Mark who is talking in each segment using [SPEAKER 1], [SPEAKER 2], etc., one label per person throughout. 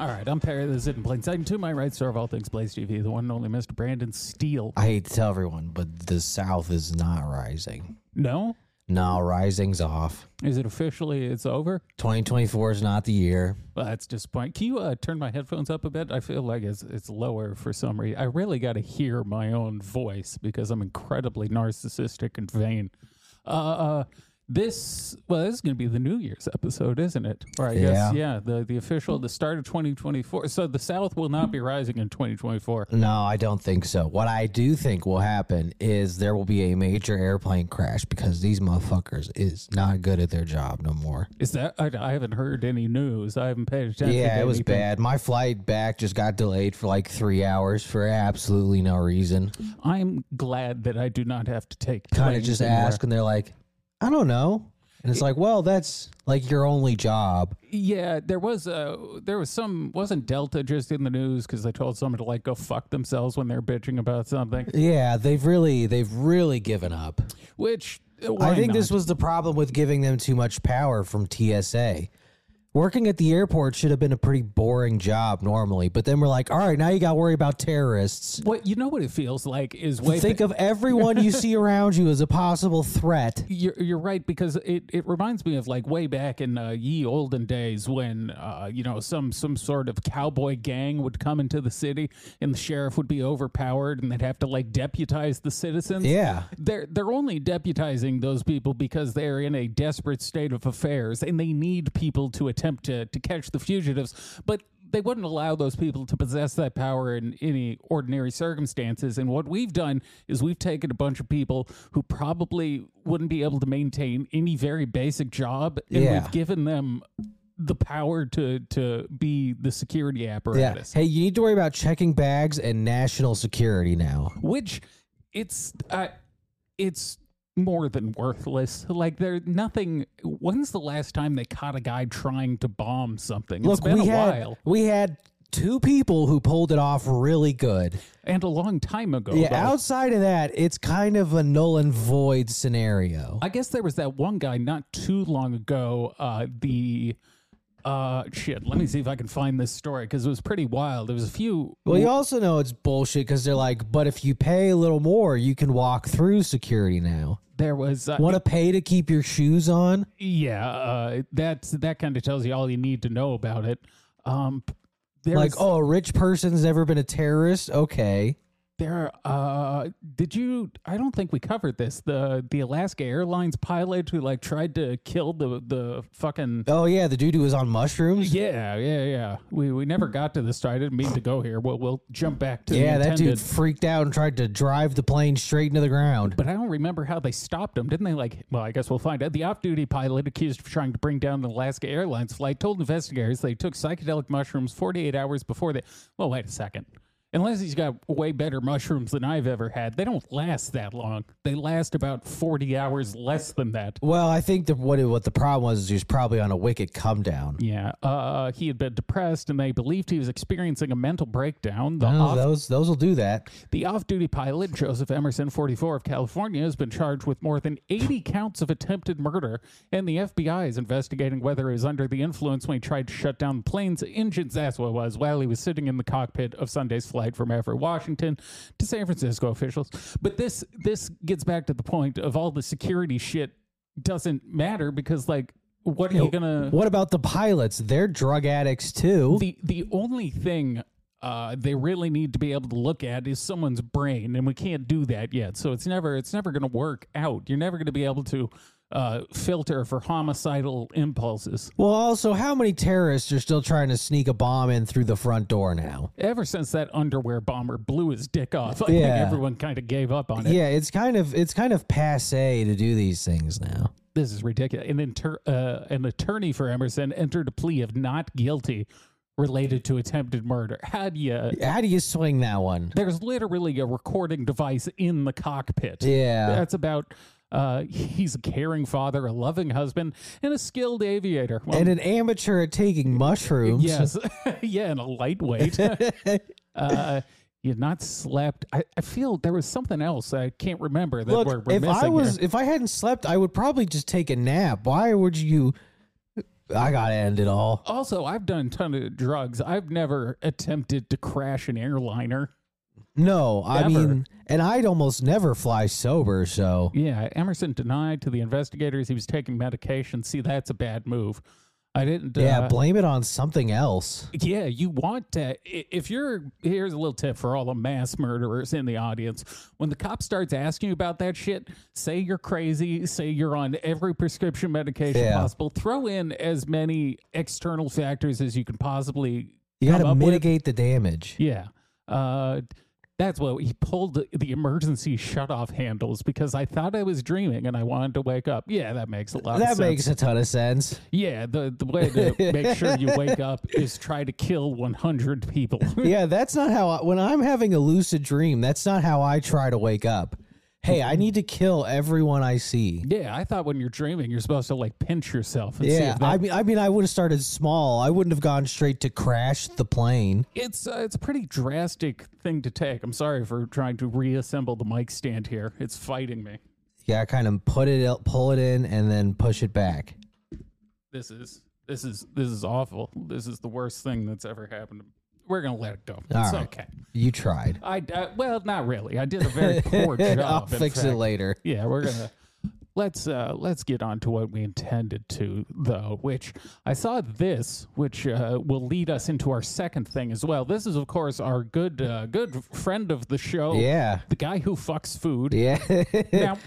[SPEAKER 1] All right, I'm Perry. This is it in plain sight. And to my right, sir of all things Blaze TV, the one and only Mr. Brandon Steele.
[SPEAKER 2] I hate to tell everyone, but the South is not rising.
[SPEAKER 1] No,
[SPEAKER 2] No, rising's off.
[SPEAKER 1] is it officially? It's over.
[SPEAKER 2] 2024 is not the year.
[SPEAKER 1] Well, that's disappointing. Can you uh, turn my headphones up a bit? I feel like it's it's lower for some reason. I really got to hear my own voice because I'm incredibly narcissistic and vain. Uh, uh, this well, this is going to be the New Year's episode, isn't it? Or I guess yeah, the the official the start of 2024. So the South will not be rising in 2024.
[SPEAKER 2] No, I don't think so. What I do think will happen is there will be a major airplane crash because these motherfuckers is not good at their job no more.
[SPEAKER 1] Is that I, I haven't heard any news. I haven't paid attention.
[SPEAKER 2] Yeah,
[SPEAKER 1] to
[SPEAKER 2] it was
[SPEAKER 1] anything.
[SPEAKER 2] bad. My flight back just got delayed for like three hours for absolutely no reason.
[SPEAKER 1] I'm glad that I do not have to take
[SPEAKER 2] Kind of
[SPEAKER 1] planes
[SPEAKER 2] just
[SPEAKER 1] anywhere.
[SPEAKER 2] ask, and they're like, I don't know. And it's like, well, that's like your only job.
[SPEAKER 1] Yeah, there was uh, there was some wasn't Delta just in the news because they told someone to like go fuck themselves when they're bitching about something.
[SPEAKER 2] Yeah, they've really, they've really given up.
[SPEAKER 1] Which uh, why
[SPEAKER 2] I think this
[SPEAKER 1] not?
[SPEAKER 2] was the problem with giving them too much power from TSA. Working at the airport should have been a pretty boring job normally, but then we're like, all right, now you got to worry about terrorists.
[SPEAKER 1] what you know what it feels like is way
[SPEAKER 2] Think of everyone you see around you as a possible threat.
[SPEAKER 1] you're, you're right because it, it reminds me of like way back in uh, ye olden days when uh, you know some some sort of cowboy gang would come into the city and the sheriff would be overpowered and they'd have to like deputize the citizens
[SPEAKER 2] Yeah.
[SPEAKER 1] they're they're only deputizing those people because they're in a desperate state of affairs and they need people to attempt to to catch the fugitives but they wouldn't allow those people to possess that power in any ordinary circumstances. And what we've done is we've taken a bunch of people who probably wouldn't be able to maintain any very basic job, and
[SPEAKER 2] Yeah.
[SPEAKER 1] we've given them the power to to be the security
[SPEAKER 2] Yeah.
[SPEAKER 1] apparatus.
[SPEAKER 2] Hey, you need to worry about checking bags and national security now.
[SPEAKER 1] which it's uh, it's more than worthless. Like there, nothing. When's the last time they caught a guy trying to bomb something? it's
[SPEAKER 2] Look,
[SPEAKER 1] been
[SPEAKER 2] we
[SPEAKER 1] a
[SPEAKER 2] had
[SPEAKER 1] while
[SPEAKER 2] we had two people who pulled it off really good.
[SPEAKER 1] and a long time ago.
[SPEAKER 2] yeah,
[SPEAKER 1] though.
[SPEAKER 2] outside of that, it's kind of a null and void scenario.
[SPEAKER 1] I guess there was that one guy not too long ago. Uh, the uh, shit. Let me see if I can find this story because it was pretty wild. There was a few.
[SPEAKER 2] Well, you also know it's bullshit because they're like, but if you pay a little more, you can walk through security now.
[SPEAKER 1] There was uh,
[SPEAKER 2] Want to pay to keep your shoes on?
[SPEAKER 1] yeah. Uh, that's that kind of tells you all you need to know about it. Um, there
[SPEAKER 2] Like,
[SPEAKER 1] was-
[SPEAKER 2] oh, a rich person's never been a terrorist? Okay.
[SPEAKER 1] There, uh, did you? I don't think we covered this. The the Alaska Airlines pilot who like tried to kill the the fucking.
[SPEAKER 2] Oh, yeah, the dude who was on mushrooms?
[SPEAKER 1] Yeah, yeah, yeah. We we never got to this. story. I didn't mean to go here. We'll we'll jump back to the
[SPEAKER 2] Yeah, that dude
[SPEAKER 1] intended.
[SPEAKER 2] freaked out and tried to drive the plane straight into the ground.
[SPEAKER 1] But I don't remember how they stopped him. Didn't they like? Well, I guess we'll find out. The off-duty pilot accused of trying to bring down an Alaska Airlines flight told investigators they took psychedelic mushrooms 48 hours before they. Well, wait a second. Unless he's got way better mushrooms than I've ever had, they don't last that long. They last about 40 hours less than that.
[SPEAKER 2] Well, I think that what it, what the problem was is he was probably on a wicked come down.
[SPEAKER 1] Yeah, uh, he had been depressed, and they believed he was experiencing a mental breakdown. The
[SPEAKER 2] Oh,
[SPEAKER 1] off
[SPEAKER 2] those those will do that.
[SPEAKER 1] The off duty pilot, Joseph Emerson, 44 of California, has been charged with more than 80 counts of attempted murder, and the FBI is investigating whether he was under the influence when he tried to shut down the plane's engines. That's what it was, while he was sitting in the cockpit of Sunday's flight from Everett, Washington to San Francisco officials. But this this gets back to the point of all the security shit doesn't matter because, like, what are you going to.
[SPEAKER 2] What about the pilots? They're drug addicts too.
[SPEAKER 1] The the only thing uh, they really need to be able to look at is someone's brain, and we can't do that yet. So it's never it's never going to work out. You're never going to be able to uh, filter for homicidal impulses.
[SPEAKER 2] Well, also, how many terrorists are still trying to sneak a bomb in through the front door now?
[SPEAKER 1] Ever since that underwear bomber blew his dick off, I think
[SPEAKER 2] Yeah.
[SPEAKER 1] everyone kind of gave up on it.
[SPEAKER 2] Yeah, it's kind of it's kind of passe to do these things now.
[SPEAKER 1] this is ridiculous. An, inter- uh, an attorney for Emerson entered a plea of not guilty related to attempted murder. Had you?
[SPEAKER 2] How do you swing that one?
[SPEAKER 1] There's literally a recording device in the cockpit.
[SPEAKER 2] Yeah.
[SPEAKER 1] That's about. Uh, he's a caring father, a loving husband, and a skilled aviator. Well,
[SPEAKER 2] And an amateur at taking mushrooms.
[SPEAKER 1] yes, yeah, and a lightweight. uh, you not slept. I, I feel there was something else I can't remember that we're,
[SPEAKER 2] Look,
[SPEAKER 1] we're
[SPEAKER 2] if
[SPEAKER 1] missing.
[SPEAKER 2] I
[SPEAKER 1] here.
[SPEAKER 2] was if I hadn't slept, I would probably just take a nap. Why would you I gotta end it all.
[SPEAKER 1] Also, I've done a ton of drugs. I've never attempted to crash an airliner.
[SPEAKER 2] No,
[SPEAKER 1] Never.
[SPEAKER 2] I mean and I'd almost never fly sober, so
[SPEAKER 1] Yeah, Emerson denied to the investigators he was taking medication. See, that's a bad move. I didn't.
[SPEAKER 2] yeah,
[SPEAKER 1] uh,
[SPEAKER 2] blame it on something else.
[SPEAKER 1] Yeah, you want to. i- If you're. Here's a little tip for all the mass murderers in the audience. When the cop starts asking you about that shit, say you're crazy, say you're on every prescription medication
[SPEAKER 2] Yeah.
[SPEAKER 1] possible. Throw in as many external factors as you can possibly
[SPEAKER 2] You
[SPEAKER 1] come
[SPEAKER 2] gotta
[SPEAKER 1] up with.
[SPEAKER 2] mitigate the damage.
[SPEAKER 1] Yeah. Uh, that's what he pulled the, the emergency shutoff handles because I thought I was dreaming and I wanted to wake up. Yeah, that makes a lot of
[SPEAKER 2] That
[SPEAKER 1] sense.
[SPEAKER 2] makes a ton of sense.
[SPEAKER 1] yeah, the, the way to make sure you wake up is try to kill 100 people.
[SPEAKER 2] yeah, that's not how I, when I'm having a lucid dream, that's not how I try to wake up. Hey, I need to kill everyone I see.
[SPEAKER 1] yeah, I thought when you're dreaming, you're supposed to like pinch yourself and see
[SPEAKER 2] Yeah,
[SPEAKER 1] if that.
[SPEAKER 2] I mean, I mean, I would have started small. I wouldn't have gone straight to crash the plane.
[SPEAKER 1] it's, uh, it's a pretty drastic thing to take. I'm sorry for trying to reassemble the mic stand here, it's fighting me.
[SPEAKER 2] Yeah, kind of put it, out- pull it in, and then push it back.
[SPEAKER 1] This is. This is this is awful. This is the worst thing that's ever happened. to me. We're gonna let it go. It's
[SPEAKER 2] All right.
[SPEAKER 1] okay.
[SPEAKER 2] You tried.
[SPEAKER 1] I uh, well, not really. I did a very poor job.
[SPEAKER 2] I'll
[SPEAKER 1] in
[SPEAKER 2] fix it
[SPEAKER 1] fact.
[SPEAKER 2] later.
[SPEAKER 1] Yeah, we're gonna let's uh let's get on to what we intended to though. Which I saw this, which uh, will lead us into our second thing as well. This is of course our good uh, good friend of the show,
[SPEAKER 2] Yeah,
[SPEAKER 1] the guy who fucks food.
[SPEAKER 2] yeah.
[SPEAKER 1] Now.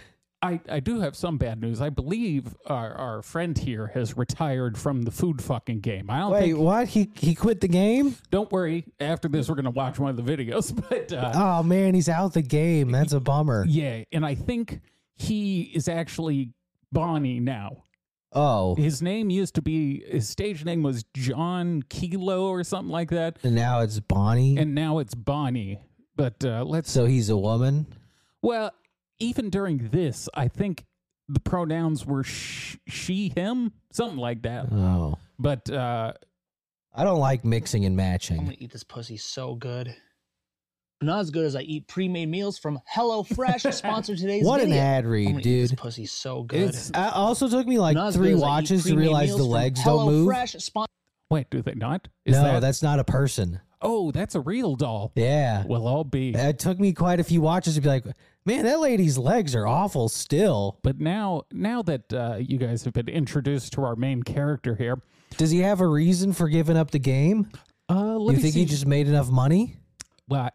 [SPEAKER 1] I, I do have some bad news. I believe our, our friend here has retired from the food fucking game. I don't
[SPEAKER 2] Wait,
[SPEAKER 1] think.
[SPEAKER 2] what? He he quit the game?
[SPEAKER 1] Don't worry. After this, we're gonna watch one of the videos. But uh,
[SPEAKER 2] Oh man, he's out the game. That's a bummer.
[SPEAKER 1] Yeah, and I think he is actually Bonnie now.
[SPEAKER 2] Oh,
[SPEAKER 1] His name used to be his stage name was John Kilo or something like that,
[SPEAKER 2] and now it's Bonnie.
[SPEAKER 1] and now it's Bonnie. But uh, let's
[SPEAKER 2] So he's a woman.
[SPEAKER 1] well, even during this, I think the pronouns were sh- she, him, something like that.
[SPEAKER 2] Oh,
[SPEAKER 1] But uh,
[SPEAKER 2] I don't like mixing and
[SPEAKER 3] I'm
[SPEAKER 2] matching.
[SPEAKER 3] gonna eat this pussy so good. Not as good as I eat pre-made meals from HelloFresh, sponsor today's
[SPEAKER 2] What an
[SPEAKER 3] video.
[SPEAKER 2] ad
[SPEAKER 3] I'm
[SPEAKER 2] read,
[SPEAKER 3] gonna eat this
[SPEAKER 2] dude.
[SPEAKER 3] pussy so good.
[SPEAKER 1] it's
[SPEAKER 2] It also took me like
[SPEAKER 3] Not as
[SPEAKER 2] three
[SPEAKER 3] good as I eat
[SPEAKER 2] watches to
[SPEAKER 3] pre-made
[SPEAKER 2] realize
[SPEAKER 3] meals
[SPEAKER 2] the
[SPEAKER 3] from
[SPEAKER 2] legs don't move.
[SPEAKER 3] HelloFresh, sponsor
[SPEAKER 1] wait, do they not? Is
[SPEAKER 2] No,
[SPEAKER 1] that,
[SPEAKER 2] that's not a person.
[SPEAKER 1] oh, that's a real doll.
[SPEAKER 2] Yeah.
[SPEAKER 1] Well, I'll be.
[SPEAKER 2] It took me quite a few watches to be like, man, that lady's legs are awful still.
[SPEAKER 1] But now, now that uh, you guys have been introduced to our main character here,
[SPEAKER 2] Does he have a reason for giving up the game?
[SPEAKER 1] uh, let
[SPEAKER 2] You
[SPEAKER 1] me
[SPEAKER 2] think
[SPEAKER 1] see.
[SPEAKER 2] he just made enough money?
[SPEAKER 1] well, I-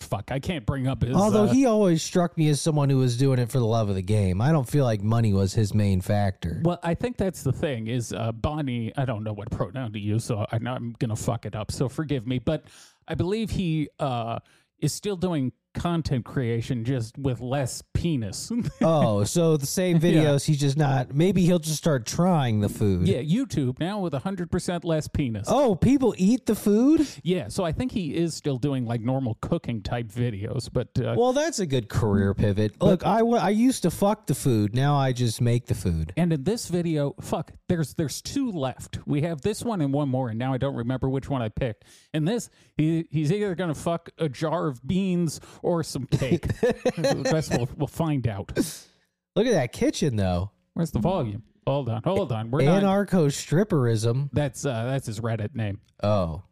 [SPEAKER 1] fuck, I can't bring up his.
[SPEAKER 2] Although
[SPEAKER 1] uh,
[SPEAKER 2] he always struck me as someone who was doing it for the love of the game. I don't feel like money was his main factor.
[SPEAKER 1] well, I think that's the thing is uh, Bonnie. I don't know what pronoun to use, so I know I'm gonna fuck it up. So forgive me, but I believe he uh, is still doing content creation, just with less penis.
[SPEAKER 2] oh, so the same videos, he's just not. Maybe he'll just start trying the food.
[SPEAKER 1] yeah, YouTube now with hundred percent less penis.
[SPEAKER 2] Oh, people eat the food?
[SPEAKER 1] Yeah, so I think he is still doing like normal cooking type videos, but uh,
[SPEAKER 2] Well, that's a good career pivot. Look, I, wa- I used to fuck the food. Now I just make the food.
[SPEAKER 1] And in this video, fuck, there's there's two left. We have this one and one more, and now I don't remember which one I picked. And this, he, he's either gonna fuck a jar of beans or some cake. I guess we'll, we'll find out.
[SPEAKER 2] Look at that kitchen, though.
[SPEAKER 1] Where's the volume? Hold on, hold on. We're not.
[SPEAKER 2] Anarcho stripperism.
[SPEAKER 1] that's uh, that's his Reddit name.
[SPEAKER 2] Oh.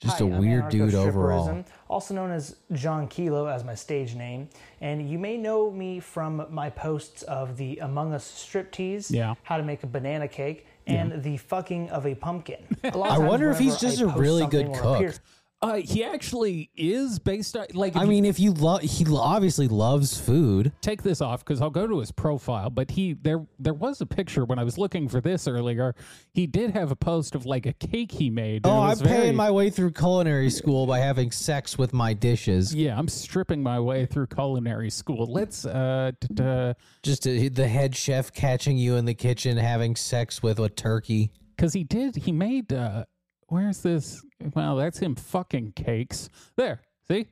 [SPEAKER 2] Just
[SPEAKER 4] Hi,
[SPEAKER 2] a
[SPEAKER 4] I'm
[SPEAKER 2] weird dude overall.
[SPEAKER 4] anarcho-stripperism, also known as John Kelo as my stage name, and you may know me from my posts of the Among Us striptease,
[SPEAKER 1] Yeah.
[SPEAKER 4] how to make a banana cake, and the fucking of a pumpkin. A lot of
[SPEAKER 2] I
[SPEAKER 4] times
[SPEAKER 2] wonder if he's
[SPEAKER 4] whenever
[SPEAKER 2] just
[SPEAKER 4] I
[SPEAKER 2] a
[SPEAKER 4] post
[SPEAKER 2] really good
[SPEAKER 4] something or appear
[SPEAKER 2] cook.
[SPEAKER 1] Uh, he actually is based on like. if
[SPEAKER 2] I
[SPEAKER 1] you
[SPEAKER 2] mean, if you love, he lo- obviously loves food.
[SPEAKER 1] take this off because I'll go to his profile. But he there there was a picture when I was looking for this earlier. He did have a post of like a cake he made. and
[SPEAKER 2] Oh,
[SPEAKER 1] it
[SPEAKER 2] I'm
[SPEAKER 1] was very-
[SPEAKER 2] paying my way through culinary school by having sex with my dishes.
[SPEAKER 1] Yeah, I'm stripping my way through culinary school. Let's uh, t- t-
[SPEAKER 2] Just uh, the head chef catching you in the kitchen having sex with a turkey.
[SPEAKER 1] Because he did. He made. Uh, where's this? Well, that's him fucking cakes. There. See.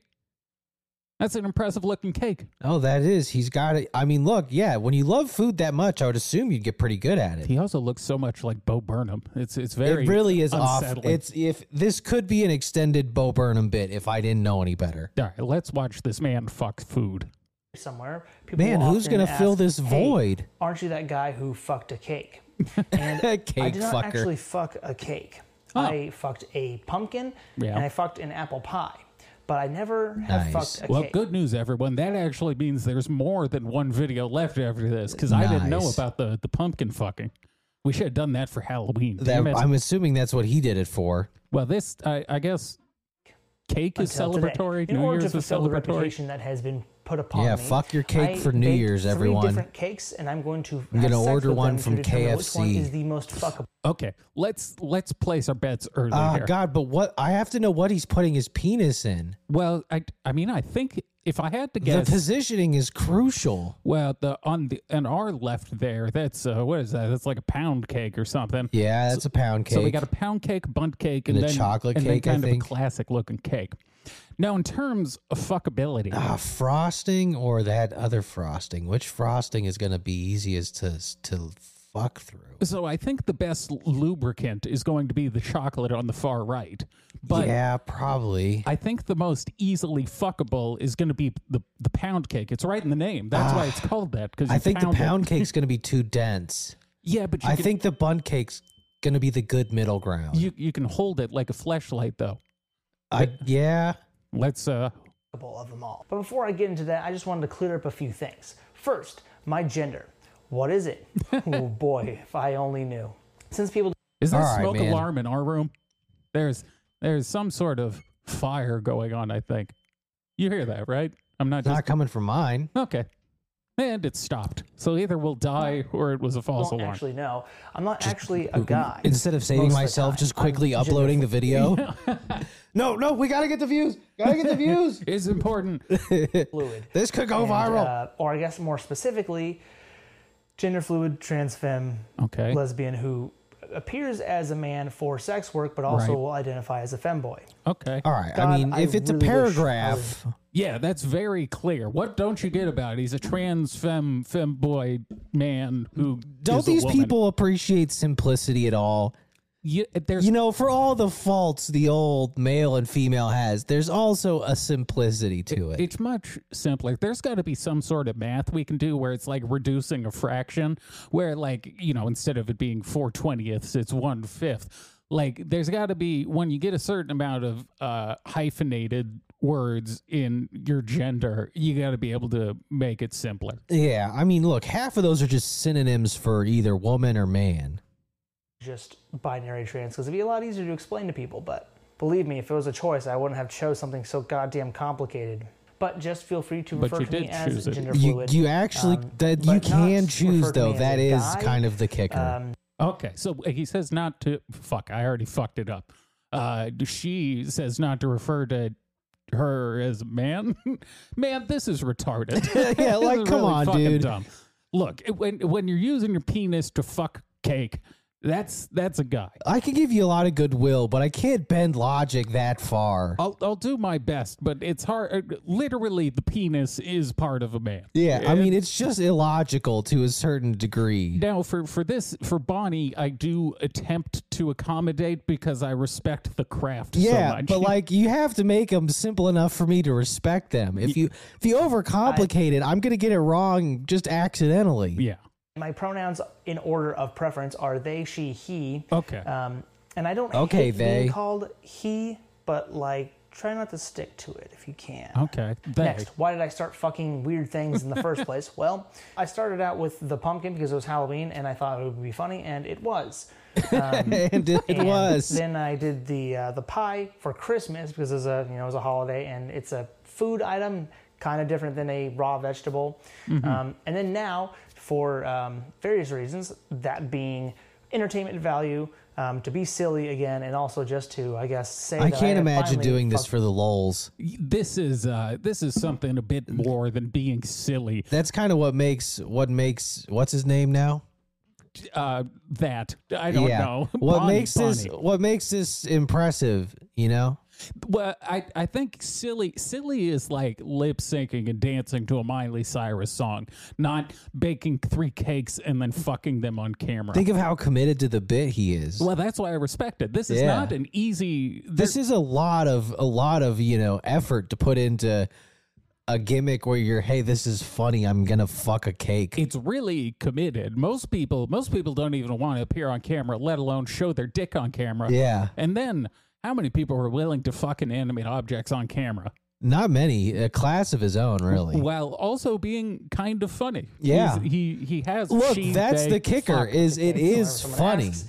[SPEAKER 1] That's an impressive looking cake.
[SPEAKER 2] Oh, that is. He's got it. I mean, look, yeah, when you love food that much, I would assume you'd get pretty good at it.
[SPEAKER 1] He also looks so much like Bo Burnham. It's it's very.
[SPEAKER 2] it really is off.
[SPEAKER 1] unsettling.
[SPEAKER 2] It's if this could be an extended Bo Burnham bit if I didn't know any better.
[SPEAKER 1] All right, let's watch this man fuck food.
[SPEAKER 4] somewhere. People
[SPEAKER 2] Man,
[SPEAKER 4] will
[SPEAKER 2] who's
[SPEAKER 4] often
[SPEAKER 2] gonna fill
[SPEAKER 4] ask,
[SPEAKER 2] this
[SPEAKER 4] "Hey,
[SPEAKER 2] void?
[SPEAKER 4] Aren't you that guy who fucked a cake?
[SPEAKER 2] Cake
[SPEAKER 4] I did
[SPEAKER 2] fucker.
[SPEAKER 4] not
[SPEAKER 2] Oh.
[SPEAKER 4] actually fuck a cake. I fucked a pumpkin
[SPEAKER 1] Yeah.
[SPEAKER 4] and I fucked an apple pie, but I never have
[SPEAKER 2] Nice.
[SPEAKER 4] fucked a
[SPEAKER 1] Well,
[SPEAKER 4] cake.
[SPEAKER 1] good news, everyone. That actually means there's more than one video left after this because I didn't know
[SPEAKER 2] Nice.
[SPEAKER 1] about the, the pumpkin fucking. We should have done that for Halloween.
[SPEAKER 2] That-
[SPEAKER 1] Damn it.
[SPEAKER 2] I'm assuming that's what he did it for.
[SPEAKER 1] well, this, I, I guess, cake is
[SPEAKER 4] until today.
[SPEAKER 1] celebratory.
[SPEAKER 4] In
[SPEAKER 1] New
[SPEAKER 4] order
[SPEAKER 1] Year's
[SPEAKER 4] to
[SPEAKER 1] is
[SPEAKER 4] fulfill the
[SPEAKER 1] celebratory.
[SPEAKER 4] reputation that has been put upon
[SPEAKER 2] Yeah,
[SPEAKER 4] me,
[SPEAKER 2] fuck your cake
[SPEAKER 4] I
[SPEAKER 2] for New
[SPEAKER 4] baked
[SPEAKER 2] Year's,
[SPEAKER 4] three
[SPEAKER 2] everyone.
[SPEAKER 4] different cakes, and I'm going to.
[SPEAKER 2] I'm
[SPEAKER 4] have
[SPEAKER 2] gonna
[SPEAKER 4] sex
[SPEAKER 2] order
[SPEAKER 4] with
[SPEAKER 2] one
[SPEAKER 4] them to
[SPEAKER 2] from
[SPEAKER 4] determine Which one
[SPEAKER 2] KFC.
[SPEAKER 4] is the most fuckable?
[SPEAKER 1] Okay, let's let's place our bets early
[SPEAKER 2] Ah,
[SPEAKER 1] here.
[SPEAKER 2] God, but what? I have to know what he's putting his penis in.
[SPEAKER 1] Well, I, I mean, I think if I had to guess,
[SPEAKER 2] The positioning is crucial.
[SPEAKER 1] well, the on the on our left there, that's uh, what is that? That's like a pound cake or something.
[SPEAKER 2] Yeah, that's a pound cake.
[SPEAKER 1] So we got a pound cake, bunt cake, and,
[SPEAKER 2] And a
[SPEAKER 1] then
[SPEAKER 2] chocolate
[SPEAKER 1] and
[SPEAKER 2] cake, I
[SPEAKER 1] then kind of
[SPEAKER 2] think.
[SPEAKER 1] a classic looking cake. Now, in terms of fuckability,
[SPEAKER 2] Ah, frosting or that other frosting? Which frosting is going to be easiest to to fuck through?
[SPEAKER 1] so I think the best lubricant is going to be the chocolate on the far right, but.
[SPEAKER 2] yeah, probably.
[SPEAKER 1] I think the most easily fuckable is going to be the, the pound cake. It's right in the name. That's why it's called that. Because
[SPEAKER 2] I, think the pound cake's going to be too dense.
[SPEAKER 1] Yeah, but you
[SPEAKER 2] I
[SPEAKER 1] can,
[SPEAKER 2] think the bun cake's going to be the good middle ground.
[SPEAKER 1] you you can hold it like a fleshlight though.
[SPEAKER 2] I, yeah.
[SPEAKER 1] Let's uh
[SPEAKER 4] of them all. But before I get into that, I just wanted to clear up a few things. First, my gender. What is it? oh boy, if I only knew. Since people
[SPEAKER 1] is there
[SPEAKER 2] All
[SPEAKER 1] a
[SPEAKER 2] right,
[SPEAKER 1] smoke
[SPEAKER 2] man.
[SPEAKER 1] alarm in our room? There's there's some sort of fire going on, I think. You hear that, right? I'm not
[SPEAKER 2] It's not
[SPEAKER 1] just
[SPEAKER 2] coming from mine.
[SPEAKER 1] Okay. And it stopped. So either we'll die or it was a false
[SPEAKER 4] don't
[SPEAKER 1] alarm.
[SPEAKER 4] actually know, I'm not actually a guy.
[SPEAKER 2] Instead of saving
[SPEAKER 4] Most of the
[SPEAKER 2] myself,
[SPEAKER 4] time,
[SPEAKER 2] just
[SPEAKER 4] I'm
[SPEAKER 2] quickly
[SPEAKER 4] gender
[SPEAKER 2] uploading the video. no, no, we got to get the views. Got to get the views.
[SPEAKER 1] It's important.
[SPEAKER 4] fluid.
[SPEAKER 2] This could go
[SPEAKER 4] And,
[SPEAKER 2] viral.
[SPEAKER 4] uh, or I guess more specifically, gender fluid, trans femme,
[SPEAKER 1] Okay.
[SPEAKER 4] lesbian who appears as a man for sex work, but also
[SPEAKER 1] Right.
[SPEAKER 4] will identify as a femboy.
[SPEAKER 1] Okay.
[SPEAKER 2] All right. I
[SPEAKER 4] God,
[SPEAKER 2] mean,
[SPEAKER 4] I
[SPEAKER 2] if it's
[SPEAKER 4] really
[SPEAKER 2] a
[SPEAKER 4] wish I was-
[SPEAKER 2] paragraph,
[SPEAKER 1] Yeah, that's very clear. What don't you get about it? He's a trans femme femboy man who
[SPEAKER 2] don't
[SPEAKER 1] is a
[SPEAKER 2] these
[SPEAKER 1] woman.
[SPEAKER 2] people appreciate simplicity at all?
[SPEAKER 1] you, there's
[SPEAKER 2] You know, for all the faults the old male and female has, there's also a simplicity to it.
[SPEAKER 1] It's much simpler. There's got to be some sort of math we can do where it's like reducing a fraction, where like, you know, instead of it being four twentieths, it's one fifth. Like, there's got to be when you get a certain amount of uh, hyphenated words in your gender, you got to be able to make it simpler.
[SPEAKER 2] yeah, I mean, look, half of those are just synonyms for either woman or man.
[SPEAKER 4] Just binary trans, because it'd be a lot easier to explain to people. But believe me, if it was a choice, I wouldn't have chose something so goddamn complicated. But just feel free to
[SPEAKER 1] But
[SPEAKER 4] refer
[SPEAKER 1] you
[SPEAKER 4] to me
[SPEAKER 1] did choose
[SPEAKER 4] as
[SPEAKER 1] it.
[SPEAKER 4] gender
[SPEAKER 2] You,
[SPEAKER 4] fluid.
[SPEAKER 2] you actually
[SPEAKER 4] um,
[SPEAKER 2] that
[SPEAKER 4] but
[SPEAKER 2] you
[SPEAKER 4] not
[SPEAKER 2] can
[SPEAKER 4] refer
[SPEAKER 2] choose
[SPEAKER 4] to me
[SPEAKER 2] though.
[SPEAKER 4] as
[SPEAKER 2] That
[SPEAKER 4] a
[SPEAKER 2] is
[SPEAKER 4] guy.
[SPEAKER 2] kind of the kicker.
[SPEAKER 4] Um,
[SPEAKER 1] Okay, so uh, he says not to fuck. I already fucked it up. Uh, she says not to refer to her as man. man, this is retarded.
[SPEAKER 2] Yeah,
[SPEAKER 1] This
[SPEAKER 2] like,
[SPEAKER 1] is
[SPEAKER 2] come
[SPEAKER 1] really
[SPEAKER 2] on,
[SPEAKER 1] fucking
[SPEAKER 2] dude.
[SPEAKER 1] Dumb. Look, it- when when you're using your penis to fuck cake, that's that's a guy.
[SPEAKER 2] I could give you a lot of goodwill, but I can't bend logic that far.
[SPEAKER 1] I'll I'll do my best, but it's hard. Literally, the penis is part of a man.
[SPEAKER 2] yeah, I mean, it's just illogical to a certain degree.
[SPEAKER 1] Now, for, for this, for Bonnie, I do attempt to accommodate because I respect the craft
[SPEAKER 2] Yeah,
[SPEAKER 1] so much.
[SPEAKER 2] but like you have to make them simple enough for me to respect them. If you if you overcomplicate it, I'm gonna get it wrong just accidentally.
[SPEAKER 1] yeah.
[SPEAKER 4] my pronouns in order of preference are they, she, he.
[SPEAKER 1] Okay.
[SPEAKER 4] Um, and I don't
[SPEAKER 2] Okay,
[SPEAKER 4] hate
[SPEAKER 2] they.
[SPEAKER 4] being called he, but like try not to stick to it if you can.
[SPEAKER 1] Okay. They.
[SPEAKER 4] Next, why did I start fucking weird things in the first place? Well, I started out with the pumpkin because it was Halloween and I thought it would be funny, and it was.
[SPEAKER 2] and it
[SPEAKER 4] And
[SPEAKER 2] was.
[SPEAKER 4] Then I did the uh, the pie for Christmas because it's a you know it's a holiday and it's a food item, kind of different than a raw vegetable.
[SPEAKER 2] Mm-hmm.
[SPEAKER 4] Um, and then now, for um, various reasons, that being entertainment value, um, to be silly again, and also just to I guess say
[SPEAKER 2] I
[SPEAKER 4] that
[SPEAKER 2] can't
[SPEAKER 4] had
[SPEAKER 2] imagine
[SPEAKER 4] finally
[SPEAKER 2] doing this
[SPEAKER 4] fucked-
[SPEAKER 2] for the lols.
[SPEAKER 1] This is uh, this is something a bit more than being silly.
[SPEAKER 2] That's kind of what makes what makes what's his name now?
[SPEAKER 1] Uh, that I don't know.
[SPEAKER 2] What
[SPEAKER 1] Bonnie,
[SPEAKER 2] makes this
[SPEAKER 1] Bonnie.
[SPEAKER 2] what makes this impressive, you know?
[SPEAKER 1] Well, I, I think silly silly is like lip syncing and dancing to a Miley Cyrus song, not baking three cakes and then fucking them on camera.
[SPEAKER 2] Think of how committed to the bit he is.
[SPEAKER 1] well, that's why I respect it. This is
[SPEAKER 2] Yeah.
[SPEAKER 1] not an easy.
[SPEAKER 2] this is a lot of a lot of, you know, effort to put into a gimmick where you're, hey, this is funny, I'm gonna fuck a cake.
[SPEAKER 1] it's really committed. Most people, most people don't even want to appear on camera, let alone show their dick on camera.
[SPEAKER 2] yeah.
[SPEAKER 1] And then, how many people are willing to fucking animate objects on camera
[SPEAKER 2] Not many. A class of his own, really.
[SPEAKER 1] while also being kind of funny?
[SPEAKER 2] Yeah.
[SPEAKER 1] He's- he he has.
[SPEAKER 2] Look,
[SPEAKER 1] she,
[SPEAKER 2] that's
[SPEAKER 1] they,
[SPEAKER 2] the kicker,
[SPEAKER 1] fuck.
[SPEAKER 2] is it
[SPEAKER 4] Okay, so
[SPEAKER 2] is
[SPEAKER 4] whenever someone
[SPEAKER 2] funny.
[SPEAKER 4] asks-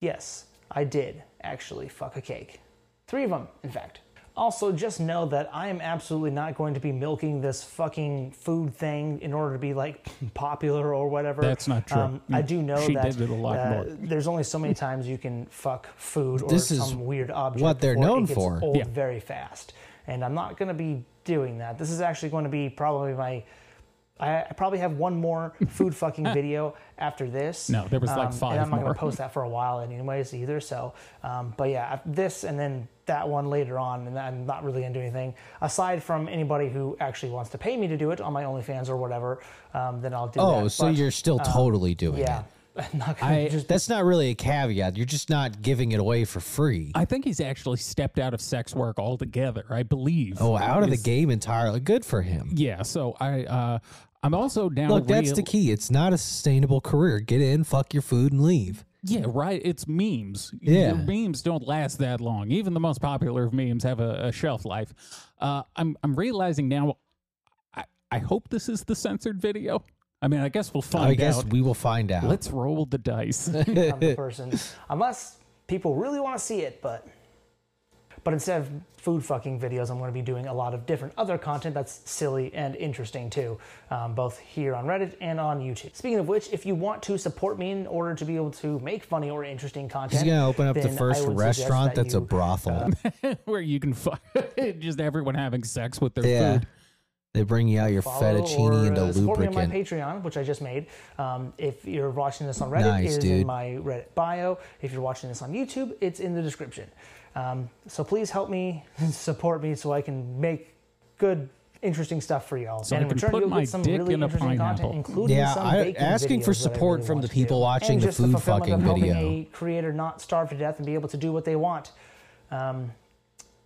[SPEAKER 4] Yes, I did actually fuck a cake. Three of them, in fact. Also, just know that I am absolutely not going to be milking this fucking food thing in order to be like popular or whatever. Um,
[SPEAKER 1] That's not true.
[SPEAKER 4] I do know
[SPEAKER 1] She
[SPEAKER 4] that uh,
[SPEAKER 1] did it a lot more.
[SPEAKER 4] there's only so many times you can fuck food or
[SPEAKER 2] This is
[SPEAKER 4] some weird object.
[SPEAKER 2] what they're
[SPEAKER 4] before
[SPEAKER 2] known
[SPEAKER 4] it gets
[SPEAKER 2] for.
[SPEAKER 4] Old
[SPEAKER 1] Yeah.
[SPEAKER 4] very fast, and I'm not going to be doing that. This is actually going to be probably my. I I probably have one more food fucking video after this. Um,
[SPEAKER 1] No, there was like five
[SPEAKER 4] And I'm not
[SPEAKER 1] more.
[SPEAKER 4] gonna post that for a while, anyways, either. So, um, but yeah, I- this and then that one later on, and I'm not really gonna do anything aside from anybody who actually wants to pay me to do it on my OnlyFans or whatever. Um, then I'll do.
[SPEAKER 2] Oh,
[SPEAKER 4] that.
[SPEAKER 2] so
[SPEAKER 4] But,
[SPEAKER 2] you're still totally doing
[SPEAKER 4] Uh, yeah.
[SPEAKER 2] it.
[SPEAKER 4] I'm not gonna
[SPEAKER 1] I-
[SPEAKER 4] just
[SPEAKER 2] That's not really a caveat. You're just not giving it away for free.
[SPEAKER 1] I think he's actually stepped out of sex work altogether. I believe.
[SPEAKER 2] Oh, out of the
[SPEAKER 1] Is-
[SPEAKER 2] game entirely. Good for him.
[SPEAKER 1] Yeah. So I uh, I'm also now.
[SPEAKER 2] Look, that's
[SPEAKER 1] real-
[SPEAKER 2] the key. It's not a sustainable career. Get in, fuck your food, and leave.
[SPEAKER 1] Yeah, right. It's memes.
[SPEAKER 2] Yeah.
[SPEAKER 1] Your memes don't last that long. Even the most popular of memes have a, a shelf life. Uh, I'm I'm realizing now. I I hope this is the censored video. I mean, I guess we'll find
[SPEAKER 2] I guess
[SPEAKER 1] out.
[SPEAKER 2] we will find out.
[SPEAKER 1] Let's roll the dice.
[SPEAKER 4] become the person unless people really want to see it, but. But instead of food fucking videos, I'm going to be doing a lot of different other content that's silly and interesting too, um, both here on Reddit and on YouTube. Speaking of which, if you want to support me in order to be able to make funny or interesting content,
[SPEAKER 2] He's gonna open up the
[SPEAKER 4] then I
[SPEAKER 2] first
[SPEAKER 4] would suggest
[SPEAKER 2] restaurant
[SPEAKER 4] that
[SPEAKER 2] that's a
[SPEAKER 4] you- uh,
[SPEAKER 2] brothel.
[SPEAKER 1] Where you can find just everyone having sex with their
[SPEAKER 2] yeah,
[SPEAKER 1] food.
[SPEAKER 2] they bring you out your
[SPEAKER 4] follow
[SPEAKER 2] fettuccine
[SPEAKER 4] or,
[SPEAKER 2] into
[SPEAKER 4] uh, support me on my
[SPEAKER 2] lubricant.
[SPEAKER 4] Patreon, which I just made. Um, if you're watching this on Reddit,
[SPEAKER 2] Nice,
[SPEAKER 4] it is
[SPEAKER 2] dude.
[SPEAKER 4] in my Reddit bio. If you're watching this on YouTube, it's in the description. Um, so please help me support me so I can make good, interesting stuff for y'all.
[SPEAKER 1] So I
[SPEAKER 4] and
[SPEAKER 1] can
[SPEAKER 4] return,
[SPEAKER 1] put
[SPEAKER 4] you'll
[SPEAKER 1] my
[SPEAKER 4] get some
[SPEAKER 1] dick
[SPEAKER 4] really
[SPEAKER 1] in a
[SPEAKER 4] interesting
[SPEAKER 1] pineapple.
[SPEAKER 4] content, including
[SPEAKER 2] Yeah,
[SPEAKER 4] some
[SPEAKER 2] I-
[SPEAKER 4] baking
[SPEAKER 2] asking for
[SPEAKER 4] videos that I
[SPEAKER 2] support
[SPEAKER 4] really
[SPEAKER 2] from
[SPEAKER 4] want
[SPEAKER 2] the
[SPEAKER 4] to do.
[SPEAKER 2] people watching
[SPEAKER 4] And
[SPEAKER 2] the
[SPEAKER 4] just
[SPEAKER 2] food
[SPEAKER 4] fulfillment of
[SPEAKER 2] fucking
[SPEAKER 4] helping
[SPEAKER 2] video.
[SPEAKER 4] a creator not starve to death and be able to do what they want. Um,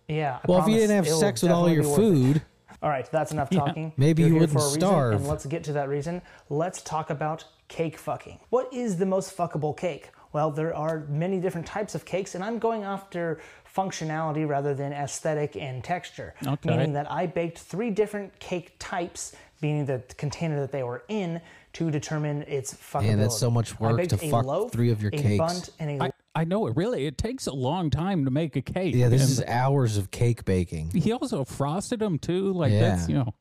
[SPEAKER 4] yeah. I
[SPEAKER 2] Well, if you
[SPEAKER 4] promise
[SPEAKER 2] didn't have
[SPEAKER 4] it will
[SPEAKER 2] sex with all
[SPEAKER 4] definitely
[SPEAKER 2] your
[SPEAKER 4] be worth it.
[SPEAKER 2] food,
[SPEAKER 4] All right, that's enough talking.
[SPEAKER 2] maybe
[SPEAKER 4] You're
[SPEAKER 2] you
[SPEAKER 4] here
[SPEAKER 2] wouldn't
[SPEAKER 4] for a reason,
[SPEAKER 2] starve.
[SPEAKER 4] and let's get to that reason. Let's talk about cake fucking. What is the most fuckable cake? Well, there are many different types of cakes, and I'm going after functionality rather than aesthetic and texture.
[SPEAKER 1] Okay.
[SPEAKER 4] Meaning that I baked three different cake types, meaning the container that they were in, to determine its fuckability.
[SPEAKER 2] Man, that's so much
[SPEAKER 4] I
[SPEAKER 2] work
[SPEAKER 4] baked
[SPEAKER 2] to
[SPEAKER 4] a
[SPEAKER 2] fuck
[SPEAKER 4] loaf,
[SPEAKER 2] three of your
[SPEAKER 4] a
[SPEAKER 2] cakes.
[SPEAKER 4] Bunt, and a
[SPEAKER 1] I, I know it really. It takes a long time to make a cake.
[SPEAKER 2] yeah, this
[SPEAKER 1] And
[SPEAKER 2] is hours of cake baking.
[SPEAKER 1] He also frosted them too. Like that's you
[SPEAKER 2] Yeah.
[SPEAKER 1] know.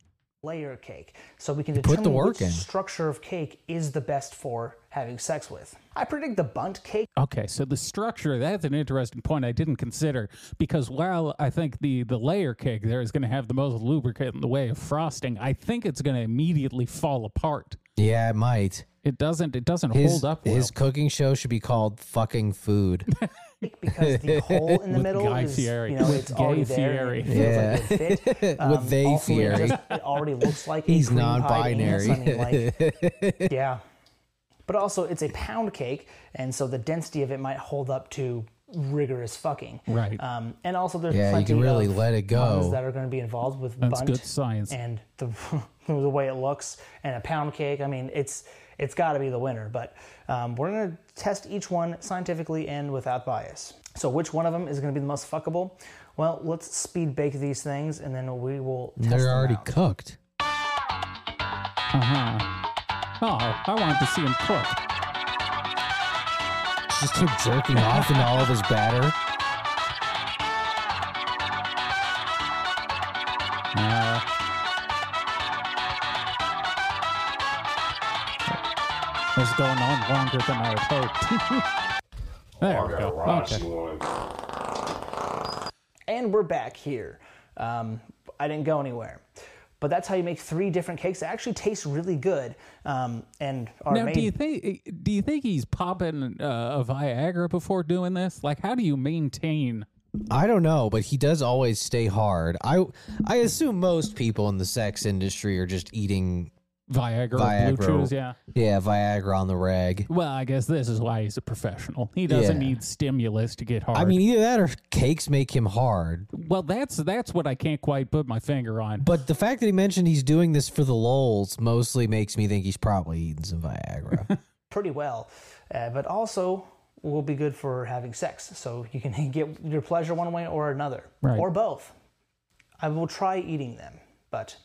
[SPEAKER 4] layer cake so we can
[SPEAKER 2] put
[SPEAKER 4] determine
[SPEAKER 2] the work
[SPEAKER 4] which
[SPEAKER 2] in.
[SPEAKER 4] structure of cake is the best for having sex with. I predict the bunt cake
[SPEAKER 1] Okay, so the structure, that's an interesting point I didn't consider because while I think the, the layer cake there is going to have the most lubricant in the way of frosting, I think it's going to immediately fall apart.
[SPEAKER 2] Yeah, it might.
[SPEAKER 1] It doesn't it doesn't
[SPEAKER 2] His,
[SPEAKER 1] hold up well.
[SPEAKER 2] his cooking show should be called "Fucking Food."
[SPEAKER 4] because the hole in the
[SPEAKER 1] With
[SPEAKER 4] middle
[SPEAKER 1] Guy
[SPEAKER 4] is
[SPEAKER 1] Fieri.
[SPEAKER 4] you know
[SPEAKER 1] With
[SPEAKER 4] it's
[SPEAKER 1] Guy
[SPEAKER 4] already there. and
[SPEAKER 2] Fieri.
[SPEAKER 4] It feels like a fit. Um,
[SPEAKER 2] With they
[SPEAKER 4] also, it
[SPEAKER 2] Fieri.
[SPEAKER 4] just- It already looks like
[SPEAKER 2] He's
[SPEAKER 4] a cream pie to
[SPEAKER 2] non-binary.
[SPEAKER 4] anus. I mean, like, yeah, but also it's a pound cake, and so the density of it might hold up to rigorous fucking.
[SPEAKER 1] Right.
[SPEAKER 4] Um, and also there's
[SPEAKER 2] Yeah, you
[SPEAKER 4] plenty
[SPEAKER 2] can really
[SPEAKER 4] of
[SPEAKER 2] let it
[SPEAKER 4] ones
[SPEAKER 2] go.
[SPEAKER 4] that are going to be involved with
[SPEAKER 1] That's
[SPEAKER 4] bunt
[SPEAKER 1] good science.
[SPEAKER 4] and the the way it looks and a pound cake. I mean, it's it's got to be the winner. But um, we're gonna test each one scientifically and without bias. So which one of them is gonna be the most fuckable? Well, let's speed bake these things and then we will. Test
[SPEAKER 2] They're
[SPEAKER 4] them
[SPEAKER 2] already
[SPEAKER 4] out.
[SPEAKER 2] cooked.
[SPEAKER 1] uh-huh. Oh, I want to see him cook.
[SPEAKER 2] Just keep jerking off into all of his batter.
[SPEAKER 1] Uh, was going on longer than I had hoped. there we go. Okay.
[SPEAKER 4] And we're back here. Um, I didn't go anywhere. But that's how you make three different cakes that actually taste really good um, and are
[SPEAKER 1] Now,
[SPEAKER 4] made.
[SPEAKER 1] do you think do you think he's popping uh, a Viagra before doing this? Like, how do you maintain?
[SPEAKER 2] I don't know, but he does always stay hard. I I assume most people in the sex industry are just eating
[SPEAKER 1] Viagra,
[SPEAKER 2] Viagra.
[SPEAKER 1] blue chews, yeah.
[SPEAKER 2] yeah, Viagra on the rag.
[SPEAKER 1] Well, I guess this is why he's a professional. He doesn't
[SPEAKER 2] Yeah.
[SPEAKER 1] need stimulus to get hard.
[SPEAKER 2] I mean, either that or cakes make him hard.
[SPEAKER 1] well, that's that's what I can't quite put my finger on.
[SPEAKER 2] But the fact that he mentioned he's doing this for the lolz mostly makes me think he's probably eating some Viagra.
[SPEAKER 4] pretty well, uh, but also will be good for having sex. So you can get your pleasure one way or another,
[SPEAKER 1] Right.
[SPEAKER 4] or both. I will try eating them, but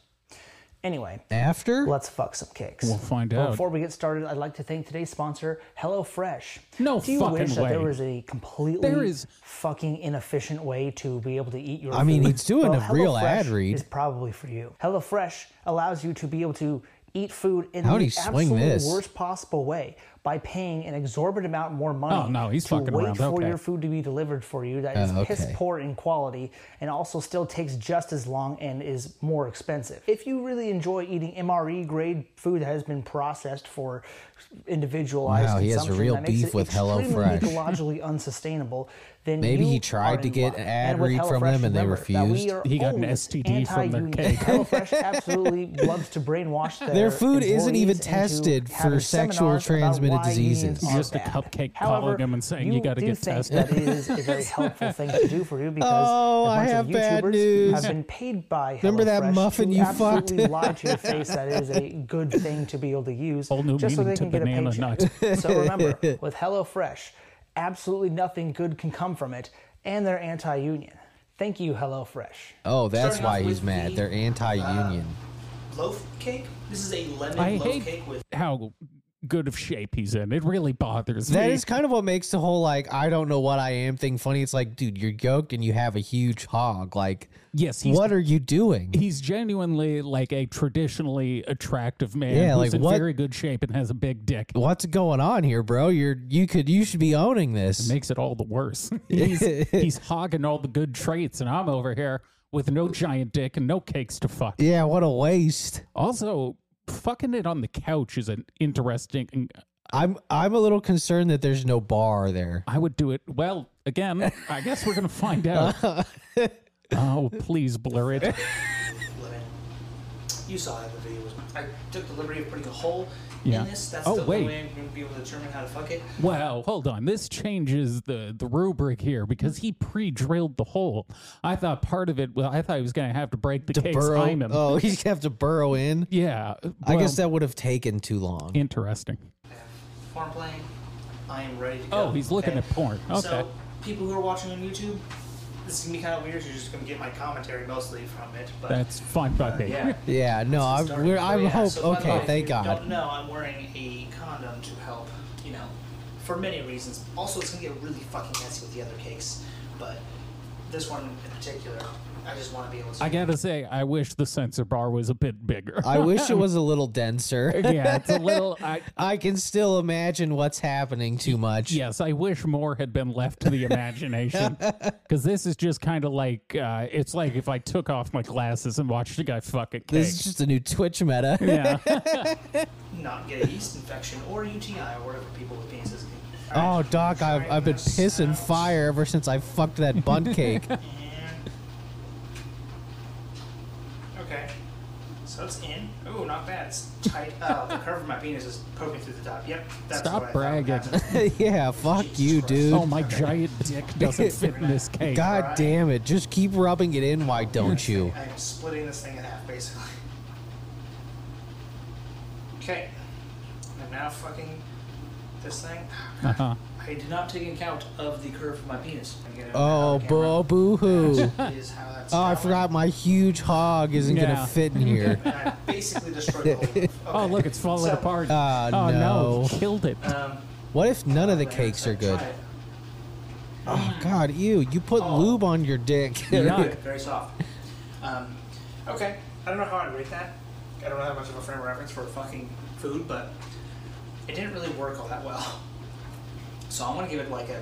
[SPEAKER 4] anyway,
[SPEAKER 2] After?
[SPEAKER 4] let's fuck some cakes.
[SPEAKER 1] We'll find
[SPEAKER 4] But
[SPEAKER 1] out.
[SPEAKER 4] Before we get started, I'd like to thank today's sponsor, HelloFresh.
[SPEAKER 1] No
[SPEAKER 4] Do you
[SPEAKER 1] fucking
[SPEAKER 4] wish that there
[SPEAKER 1] way.
[SPEAKER 4] was a completely
[SPEAKER 1] There is-
[SPEAKER 4] fucking inefficient way to be able to eat your
[SPEAKER 2] I mean,
[SPEAKER 4] food?
[SPEAKER 2] he's doing
[SPEAKER 4] Well,
[SPEAKER 2] a real
[SPEAKER 4] HelloFresh
[SPEAKER 2] ad read.
[SPEAKER 4] Is probably for you. HelloFresh allows you to be able to eat food in
[SPEAKER 2] How'd
[SPEAKER 4] the
[SPEAKER 2] he swing
[SPEAKER 4] absolute
[SPEAKER 2] this?
[SPEAKER 4] worst possible way by paying an exorbitant amount more money
[SPEAKER 1] Oh, no, he's
[SPEAKER 4] to
[SPEAKER 1] fucking
[SPEAKER 4] wait
[SPEAKER 1] around.
[SPEAKER 4] for
[SPEAKER 1] Okay.
[SPEAKER 4] your food to be delivered for you that is
[SPEAKER 2] Oh,
[SPEAKER 4] piss
[SPEAKER 2] okay.
[SPEAKER 4] poor in quality and also still takes just as long and is more expensive. If you really enjoy eating MRE grade food that has been processed for individualized
[SPEAKER 2] Wow, he has a
[SPEAKER 4] consumption,
[SPEAKER 2] real
[SPEAKER 4] that makes
[SPEAKER 2] beef
[SPEAKER 4] it
[SPEAKER 2] with
[SPEAKER 4] extremely
[SPEAKER 2] HelloFresh.
[SPEAKER 4] ecologically unsustainable, then
[SPEAKER 2] Maybe
[SPEAKER 4] you
[SPEAKER 2] he tried
[SPEAKER 4] are
[SPEAKER 2] to
[SPEAKER 4] in
[SPEAKER 2] get
[SPEAKER 4] luck.
[SPEAKER 2] an ad
[SPEAKER 4] And with
[SPEAKER 2] read from
[SPEAKER 4] HelloFresh,
[SPEAKER 2] them and they
[SPEAKER 4] remember that
[SPEAKER 2] refused.
[SPEAKER 4] we are
[SPEAKER 1] He got an
[SPEAKER 4] always
[SPEAKER 1] STD from their
[SPEAKER 4] anti-union.
[SPEAKER 1] cake.
[SPEAKER 4] HelloFresh absolutely loves to brainwash their
[SPEAKER 2] Their food isn't even
[SPEAKER 4] employees into
[SPEAKER 2] tested for
[SPEAKER 4] having
[SPEAKER 2] sexual
[SPEAKER 4] seminars about
[SPEAKER 2] transmitted
[SPEAKER 4] why
[SPEAKER 2] diseases.
[SPEAKER 4] unions are
[SPEAKER 1] Just a
[SPEAKER 4] bad.
[SPEAKER 1] cupcake
[SPEAKER 4] However,
[SPEAKER 1] calling him and saying, "You gotta
[SPEAKER 4] do
[SPEAKER 1] get
[SPEAKER 4] think
[SPEAKER 1] tested."
[SPEAKER 4] That is a very helpful thing to do for you because
[SPEAKER 2] Oh,
[SPEAKER 4] a
[SPEAKER 2] I
[SPEAKER 4] bunch
[SPEAKER 2] have
[SPEAKER 4] of
[SPEAKER 2] bad
[SPEAKER 4] YouTubers
[SPEAKER 2] news.
[SPEAKER 4] have been paid by
[SPEAKER 2] Remember that
[SPEAKER 4] HelloFresh
[SPEAKER 2] muffin
[SPEAKER 4] to
[SPEAKER 2] you
[SPEAKER 4] absolutely
[SPEAKER 2] fucked?
[SPEAKER 4] lie to your face that is a good thing to be able to use
[SPEAKER 1] Whole new
[SPEAKER 4] just so
[SPEAKER 1] meaning
[SPEAKER 4] they
[SPEAKER 1] to
[SPEAKER 4] can get a
[SPEAKER 1] banana
[SPEAKER 4] paycheck. So remember, with HelloFresh, absolutely nothing good can come from it, and they're anti-union. Thank you, HelloFresh.
[SPEAKER 2] oh, that's
[SPEAKER 5] Starting off
[SPEAKER 2] why he's
[SPEAKER 5] with
[SPEAKER 2] mad.
[SPEAKER 5] the, Uh,
[SPEAKER 2] They're anti-union.
[SPEAKER 5] Loaf cake? This is a lemon
[SPEAKER 1] I
[SPEAKER 5] loaf
[SPEAKER 1] hate
[SPEAKER 5] cake with
[SPEAKER 1] how good of shape he's in. It really bothers me.
[SPEAKER 2] That is kind of what makes the whole like I don't know what I am thing funny. It's like, dude, you're yoked and you have a huge hog. Like,
[SPEAKER 1] yes, he's
[SPEAKER 2] what are you doing?
[SPEAKER 1] he's genuinely like a traditionally attractive man
[SPEAKER 2] Yeah,
[SPEAKER 1] who's
[SPEAKER 2] like,
[SPEAKER 1] in
[SPEAKER 2] what-
[SPEAKER 1] very good shape and has a big dick.
[SPEAKER 2] What's going on here, bro? You're you could you should be owning this.
[SPEAKER 1] Makes it all the worse. he's, he's hogging all the good traits, and I'm over here with no giant dick and no cakes to fuck.
[SPEAKER 2] Yeah, what a waste.
[SPEAKER 1] Also, fucking it on the couch is an interesting.
[SPEAKER 2] I'm I'm a little concerned that there's no bar there.
[SPEAKER 1] I would do it. Well, again, I guess we're gonna find out. oh, please blur it.
[SPEAKER 5] lemon. You saw how the video was. I took the liberty of putting a hole
[SPEAKER 1] Yeah.
[SPEAKER 5] in this. That's
[SPEAKER 1] Oh,
[SPEAKER 5] the
[SPEAKER 1] wait.
[SPEAKER 5] only way I'm going to be able to determine how to fuck it.
[SPEAKER 1] Wow, hold on. This changes the the rubric here because he pre-drilled the hole. I thought part of it. Well, I thought he was gonna have to break the case.
[SPEAKER 2] burrow.
[SPEAKER 1] I'm him.
[SPEAKER 2] Oh, he's gonna have to burrow in.
[SPEAKER 1] Yeah.
[SPEAKER 2] I
[SPEAKER 1] well,
[SPEAKER 2] guess that would have taken too long.
[SPEAKER 1] interesting.
[SPEAKER 5] Form playing. I am ready to go.
[SPEAKER 1] Oh, he's looking
[SPEAKER 5] okay?
[SPEAKER 1] at porn. Okay.
[SPEAKER 5] So, people who are watching on YouTube, this is going to be kind of weird. You're just going to get my commentary mostly from it. But
[SPEAKER 1] That's fine by me.
[SPEAKER 5] yeah.
[SPEAKER 2] yeah, no, I'm
[SPEAKER 5] Starting-
[SPEAKER 2] we're,
[SPEAKER 5] oh,
[SPEAKER 2] I'm
[SPEAKER 5] yeah,
[SPEAKER 2] hope
[SPEAKER 5] so by the way,
[SPEAKER 2] okay.
[SPEAKER 5] if
[SPEAKER 2] Thank
[SPEAKER 5] you
[SPEAKER 2] God.
[SPEAKER 5] Don't know I'm wearing a condom to help. You know, for many reasons. Also, it's gonna get really fucking messy with the other cakes, but this one in particular, I just want to be able to.
[SPEAKER 1] I gotta say, I wish the sensor bar was a bit bigger.
[SPEAKER 2] I wish it was a little denser.
[SPEAKER 1] yeah, it's a little. I,
[SPEAKER 2] I can still imagine what's happening too much.
[SPEAKER 1] yes, I wish more had been left to the imagination because this is just kind of like uh, it's like if I took off my glasses and watched a guy fuck a cake.
[SPEAKER 2] This is just a new Twitch meta.
[SPEAKER 1] yeah.
[SPEAKER 5] not get a yeast infection or UTI or whatever people with penises. get.
[SPEAKER 2] Oh,
[SPEAKER 5] Alright,
[SPEAKER 2] Doc, I've,
[SPEAKER 5] trying
[SPEAKER 2] I've been
[SPEAKER 5] this
[SPEAKER 2] pissing
[SPEAKER 5] out.
[SPEAKER 2] fire ever since I fucked that bun cake.
[SPEAKER 5] And- Okay. So it's in. Ooh, not bad. It's tight. Oh, the curve of my penis is poking through the top. Yep. That's
[SPEAKER 1] Stop
[SPEAKER 5] what I thought would
[SPEAKER 1] bragging.
[SPEAKER 5] happen.
[SPEAKER 2] yeah, fuck
[SPEAKER 5] Jesus
[SPEAKER 2] you,
[SPEAKER 5] Christ.
[SPEAKER 2] dude.
[SPEAKER 1] Oh, my giant dick doesn't fit in this cake.
[SPEAKER 2] God
[SPEAKER 5] Right.
[SPEAKER 2] damn it. Just keep rubbing it in, why don't you?
[SPEAKER 5] I am splitting this thing in half, basically. Okay. I'm now fucking this thing.
[SPEAKER 1] Uh-huh.
[SPEAKER 5] I did not take account of the curve of my penis. I'm gonna-
[SPEAKER 2] Oh,
[SPEAKER 5] on camera.
[SPEAKER 2] boo boo hoo.
[SPEAKER 5] That is how that's
[SPEAKER 2] Oh, I
[SPEAKER 5] going.
[SPEAKER 2] forgot my huge hog isn't
[SPEAKER 1] Yeah.
[SPEAKER 2] gonna fit in here.
[SPEAKER 5] And
[SPEAKER 2] Oh,
[SPEAKER 5] I basically destroyed the whole. Okay.
[SPEAKER 1] Oh, look, it's falling
[SPEAKER 5] So,
[SPEAKER 1] apart.
[SPEAKER 2] Ah,
[SPEAKER 1] oh,
[SPEAKER 2] no.
[SPEAKER 1] he killed it.
[SPEAKER 5] Um,
[SPEAKER 2] What if none of the
[SPEAKER 5] But
[SPEAKER 2] cakes
[SPEAKER 5] so
[SPEAKER 2] are good?
[SPEAKER 5] try it.
[SPEAKER 2] Oh God, ew! You put lube on your dick.
[SPEAKER 1] Yuck.
[SPEAKER 5] Good, very soft. Um, okay, I don't know how I'd rate that. I don't have much of a frame of reference for fucking food, but it didn't really work all that well. So I'm gonna give it like a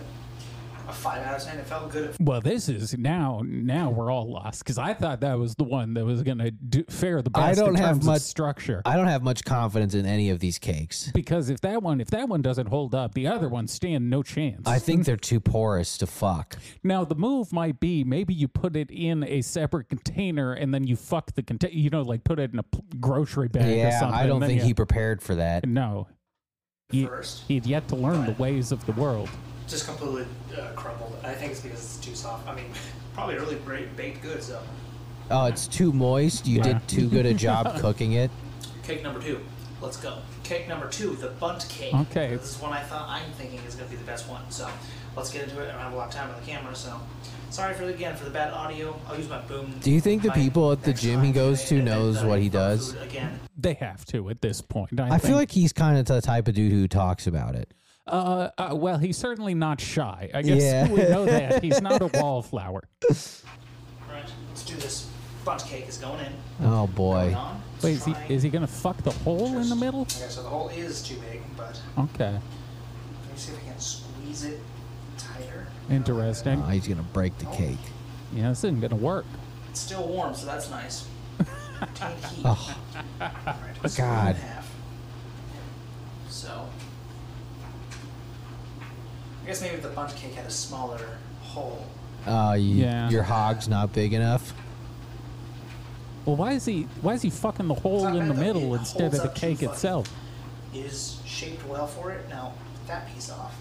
[SPEAKER 5] a five out of ten. It felt good. It
[SPEAKER 1] Well, this is now. Now we're all lost because I thought that was the one that was going to do, fare the best.
[SPEAKER 2] I
[SPEAKER 1] in
[SPEAKER 2] don't have
[SPEAKER 1] terms
[SPEAKER 2] much-
[SPEAKER 1] of structure
[SPEAKER 2] I don't have much confidence in any of these cakes.
[SPEAKER 1] because if that one if that one doesn't hold up, the other ones stand no chance.
[SPEAKER 2] I think they're too porous to fuck.
[SPEAKER 1] Now the move might be maybe you put it in a separate container and then you fuck the container. You know, like put it in a p- grocery bag or
[SPEAKER 2] Yeah,
[SPEAKER 1] something.
[SPEAKER 2] I don't
[SPEAKER 1] then
[SPEAKER 2] think
[SPEAKER 1] you-
[SPEAKER 2] he prepared for that.
[SPEAKER 1] No, he,
[SPEAKER 5] First.
[SPEAKER 1] he'd yet to learn the ways of the world.
[SPEAKER 5] just completely uh, crumbled. I think it's because it's too soft. I mean, probably really great baked good. So
[SPEAKER 2] Oh, it's too moist. You
[SPEAKER 1] Yeah.
[SPEAKER 2] did too good a job cooking it.
[SPEAKER 5] cake number two. Let's go. Cake number two, the bunt cake.
[SPEAKER 1] Okay.
[SPEAKER 5] This is one I thought I'm thinking is gonna be the best one. So let's get into it. I don't have a lot of time on the camera, so sorry for again for the bad audio. I'll use my boom.
[SPEAKER 2] Do you think the
[SPEAKER 5] mic
[SPEAKER 2] people at the
[SPEAKER 5] next
[SPEAKER 2] gym he
[SPEAKER 5] time
[SPEAKER 2] goes to
[SPEAKER 5] today, and
[SPEAKER 2] knows
[SPEAKER 5] then
[SPEAKER 2] what he
[SPEAKER 5] food
[SPEAKER 2] does?
[SPEAKER 5] Again,
[SPEAKER 1] They have to at this point. I,
[SPEAKER 2] I
[SPEAKER 1] think.
[SPEAKER 2] feel like he's kind of the type of dude who talks about it.
[SPEAKER 1] Uh, uh, well, he's certainly not shy. I guess
[SPEAKER 2] Yeah.
[SPEAKER 1] we know that he's not a wallflower.
[SPEAKER 5] right? Let's do this. Bunt cake is going in.
[SPEAKER 2] Oh
[SPEAKER 5] Going
[SPEAKER 2] boy.
[SPEAKER 5] on. Let's
[SPEAKER 1] Wait, is he
[SPEAKER 5] try.
[SPEAKER 1] is he gonna fuck the hole in the middle?
[SPEAKER 5] Okay, so the hole is too big, but
[SPEAKER 1] Okay,
[SPEAKER 5] let me see if I can squeeze it tighter.
[SPEAKER 1] interesting.
[SPEAKER 2] Oh, he's gonna break the cake.
[SPEAKER 1] Yeah, this isn't gonna work.
[SPEAKER 5] It's still warm, so that's nice. Take heat.
[SPEAKER 2] Oh,
[SPEAKER 5] Alright, split it in
[SPEAKER 2] God.
[SPEAKER 5] half. So, I guess maybe if the bundt cake had a smaller hole.
[SPEAKER 2] uh, you,
[SPEAKER 1] Yeah.
[SPEAKER 2] your hog's not big enough.
[SPEAKER 1] Well, why is he why is he fucking the hole
[SPEAKER 5] not
[SPEAKER 1] in the
[SPEAKER 5] bad, though.
[SPEAKER 1] middle
[SPEAKER 5] It
[SPEAKER 1] instead
[SPEAKER 5] holds
[SPEAKER 1] of the
[SPEAKER 5] up too
[SPEAKER 1] cake
[SPEAKER 5] fucking-
[SPEAKER 1] itself?
[SPEAKER 5] It is shaped well for it. Now, put that piece off.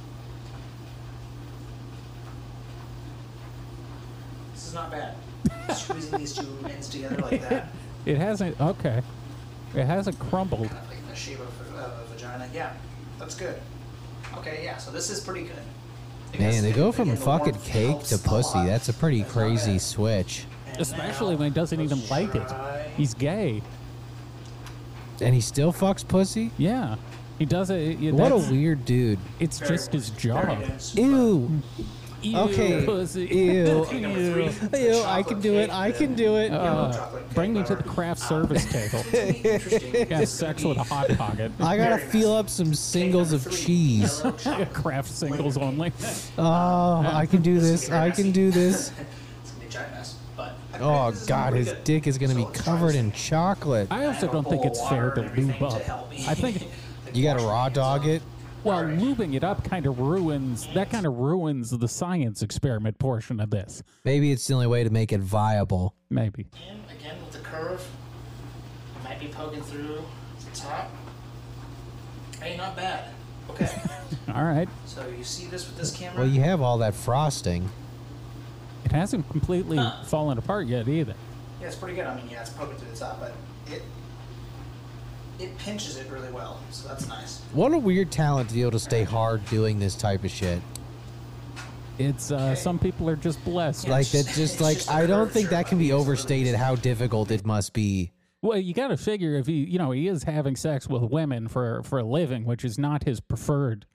[SPEAKER 5] This is not bad. Squeezing these two ends together like that,
[SPEAKER 1] It hasn't. Okay, it hasn't crumbled.
[SPEAKER 5] kind of like the shape of a, of a vagina. Yeah, that's good. Okay, yeah, so this is pretty good. I guess
[SPEAKER 2] Man, they go from
[SPEAKER 5] again, the
[SPEAKER 2] fucking
[SPEAKER 5] warmth
[SPEAKER 2] cake
[SPEAKER 5] helps
[SPEAKER 2] to
[SPEAKER 5] a
[SPEAKER 2] pussy.
[SPEAKER 5] lot.
[SPEAKER 2] That's a pretty
[SPEAKER 5] That's not bad.
[SPEAKER 2] crazy switch.
[SPEAKER 5] And
[SPEAKER 1] Especially
[SPEAKER 5] now,
[SPEAKER 1] when he doesn't
[SPEAKER 5] let's
[SPEAKER 1] even like it.
[SPEAKER 5] try-
[SPEAKER 1] He's gay.
[SPEAKER 2] And he still fucks pussy?
[SPEAKER 1] Yeah, he does it. it
[SPEAKER 2] What a
[SPEAKER 1] that's-
[SPEAKER 2] weird dude.
[SPEAKER 1] It's
[SPEAKER 5] Very
[SPEAKER 1] just his
[SPEAKER 5] good.
[SPEAKER 1] job.
[SPEAKER 5] Very good.
[SPEAKER 2] Ew.
[SPEAKER 1] Ew,
[SPEAKER 2] Okay.
[SPEAKER 1] pussy.
[SPEAKER 2] Ew.
[SPEAKER 5] Okay, number three, the
[SPEAKER 2] Ew, I can
[SPEAKER 5] chocolate
[SPEAKER 2] do it.
[SPEAKER 5] cake,
[SPEAKER 2] I
[SPEAKER 5] the
[SPEAKER 2] can do it.
[SPEAKER 5] yellow
[SPEAKER 1] Uh,
[SPEAKER 5] chocolate cake,
[SPEAKER 1] bring me to the
[SPEAKER 5] whatever.
[SPEAKER 1] craft
[SPEAKER 5] Um,
[SPEAKER 1] service table.
[SPEAKER 5] interesting. This
[SPEAKER 1] Yeah,
[SPEAKER 5] could
[SPEAKER 1] sex
[SPEAKER 5] be
[SPEAKER 1] with a hot pocket.
[SPEAKER 2] I gotta
[SPEAKER 5] very
[SPEAKER 2] feel
[SPEAKER 5] nice.
[SPEAKER 2] up some singles
[SPEAKER 5] cake
[SPEAKER 2] of
[SPEAKER 5] number three,
[SPEAKER 2] cheese.
[SPEAKER 5] yellow chocolate.
[SPEAKER 1] Craft singles only.
[SPEAKER 2] Oh, I can do this. I can do this.
[SPEAKER 5] It's gonna be a giant mess, but I
[SPEAKER 2] Oh
[SPEAKER 5] think this is
[SPEAKER 2] God,
[SPEAKER 5] pretty
[SPEAKER 2] his
[SPEAKER 5] good.
[SPEAKER 2] dick is gonna
[SPEAKER 5] So
[SPEAKER 2] be
[SPEAKER 5] let's try
[SPEAKER 2] covered
[SPEAKER 5] this.
[SPEAKER 2] in chocolate.
[SPEAKER 1] I also
[SPEAKER 5] have a
[SPEAKER 1] don't think
[SPEAKER 5] bowl
[SPEAKER 1] it's
[SPEAKER 5] of
[SPEAKER 1] fair
[SPEAKER 5] water
[SPEAKER 1] to
[SPEAKER 5] and everything
[SPEAKER 1] lube up.
[SPEAKER 5] help me.
[SPEAKER 1] I think,
[SPEAKER 5] Like
[SPEAKER 2] You gotta
[SPEAKER 5] wash my
[SPEAKER 2] raw
[SPEAKER 5] hands
[SPEAKER 2] dog
[SPEAKER 5] off.
[SPEAKER 2] it.
[SPEAKER 1] well,
[SPEAKER 5] Alright.
[SPEAKER 1] lubing it up kind of ruins that kind of ruins the science experiment portion of this.
[SPEAKER 2] Maybe it's the only way to make it viable.
[SPEAKER 1] Maybe.
[SPEAKER 5] And again with the curve, might be poking through the top. Hey, not bad. Okay,
[SPEAKER 1] All right.
[SPEAKER 5] so you see this with this camera?
[SPEAKER 2] Well, you have all that frosting.
[SPEAKER 1] It hasn't completely fallen apart yet either.
[SPEAKER 5] Yeah, it's pretty good. I mean, yeah, it's poking through the top, but it it pinches it really well, so that's nice.
[SPEAKER 2] What a weird talent to be able to stay hard doing this type of shit.
[SPEAKER 1] It's uh, some people are just blessed.
[SPEAKER 2] Like that,
[SPEAKER 5] just-
[SPEAKER 2] just
[SPEAKER 5] it's
[SPEAKER 2] like
[SPEAKER 5] just a
[SPEAKER 2] I don't
[SPEAKER 5] curve
[SPEAKER 2] think
[SPEAKER 5] shape,
[SPEAKER 2] that can be
[SPEAKER 5] obviously.
[SPEAKER 2] overstated how difficult it must be.
[SPEAKER 1] Well, you got to figure if he, you know, he is having sex with women for for a living, which is not his preferred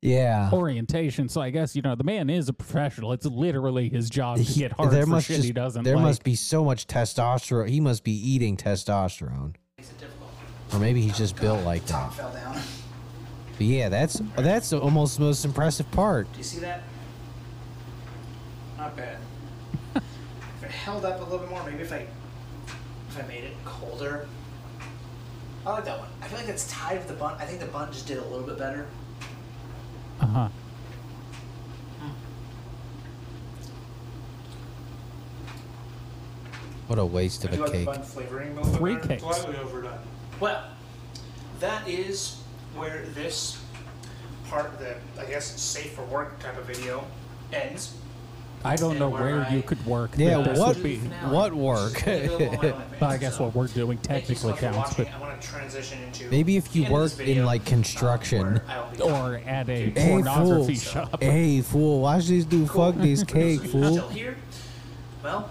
[SPEAKER 2] Yeah,
[SPEAKER 1] Oh, orientation. So I guess you know the man is a professional. It's literally his job to
[SPEAKER 2] He-
[SPEAKER 1] get hard for shit he doesn't.
[SPEAKER 2] there
[SPEAKER 1] like.
[SPEAKER 2] must be so much testosterone. He must be eating testosterone,
[SPEAKER 5] Makes it difficult.
[SPEAKER 2] or maybe he's just built like that.
[SPEAKER 5] Top fell down.
[SPEAKER 2] But yeah, that's that's almost the most impressive part.
[SPEAKER 5] Do you see that? Not bad. if it held up a little bit more, maybe if I if I made it colder. I like that one. I feel like it's tied with the bun. I think the bun just did a little bit better.
[SPEAKER 1] Uh huh.
[SPEAKER 2] What a waste of
[SPEAKER 5] I do
[SPEAKER 2] a
[SPEAKER 5] like the
[SPEAKER 2] cake.
[SPEAKER 5] bun flavoring a
[SPEAKER 1] Three
[SPEAKER 5] little bit better.
[SPEAKER 1] cakes.
[SPEAKER 6] Slightly overdone.
[SPEAKER 5] Well, that is where this part, the I guess safe for work type of video, ends.
[SPEAKER 1] I don't
[SPEAKER 5] And
[SPEAKER 1] know
[SPEAKER 5] where
[SPEAKER 1] where
[SPEAKER 5] I-
[SPEAKER 1] you could work.
[SPEAKER 2] Yeah,
[SPEAKER 1] that this
[SPEAKER 2] what-
[SPEAKER 1] would be?
[SPEAKER 2] what work?
[SPEAKER 1] But I guess what we're doing
[SPEAKER 5] Thank you so
[SPEAKER 1] technically
[SPEAKER 5] much for
[SPEAKER 1] counts, but
[SPEAKER 5] watching. I want to transition into
[SPEAKER 2] Maybe if you
[SPEAKER 5] the end of this
[SPEAKER 2] worked in,
[SPEAKER 5] video,
[SPEAKER 2] like,
[SPEAKER 5] um,
[SPEAKER 2] construction.
[SPEAKER 5] where I will be
[SPEAKER 1] or at a
[SPEAKER 2] Hey
[SPEAKER 1] pornography
[SPEAKER 2] fool!
[SPEAKER 1] shop.
[SPEAKER 2] Hey fool! Watch this dude
[SPEAKER 5] Cool.
[SPEAKER 2] fuck this cake,
[SPEAKER 5] Producers, you're
[SPEAKER 2] fool.
[SPEAKER 5] Still here? Well,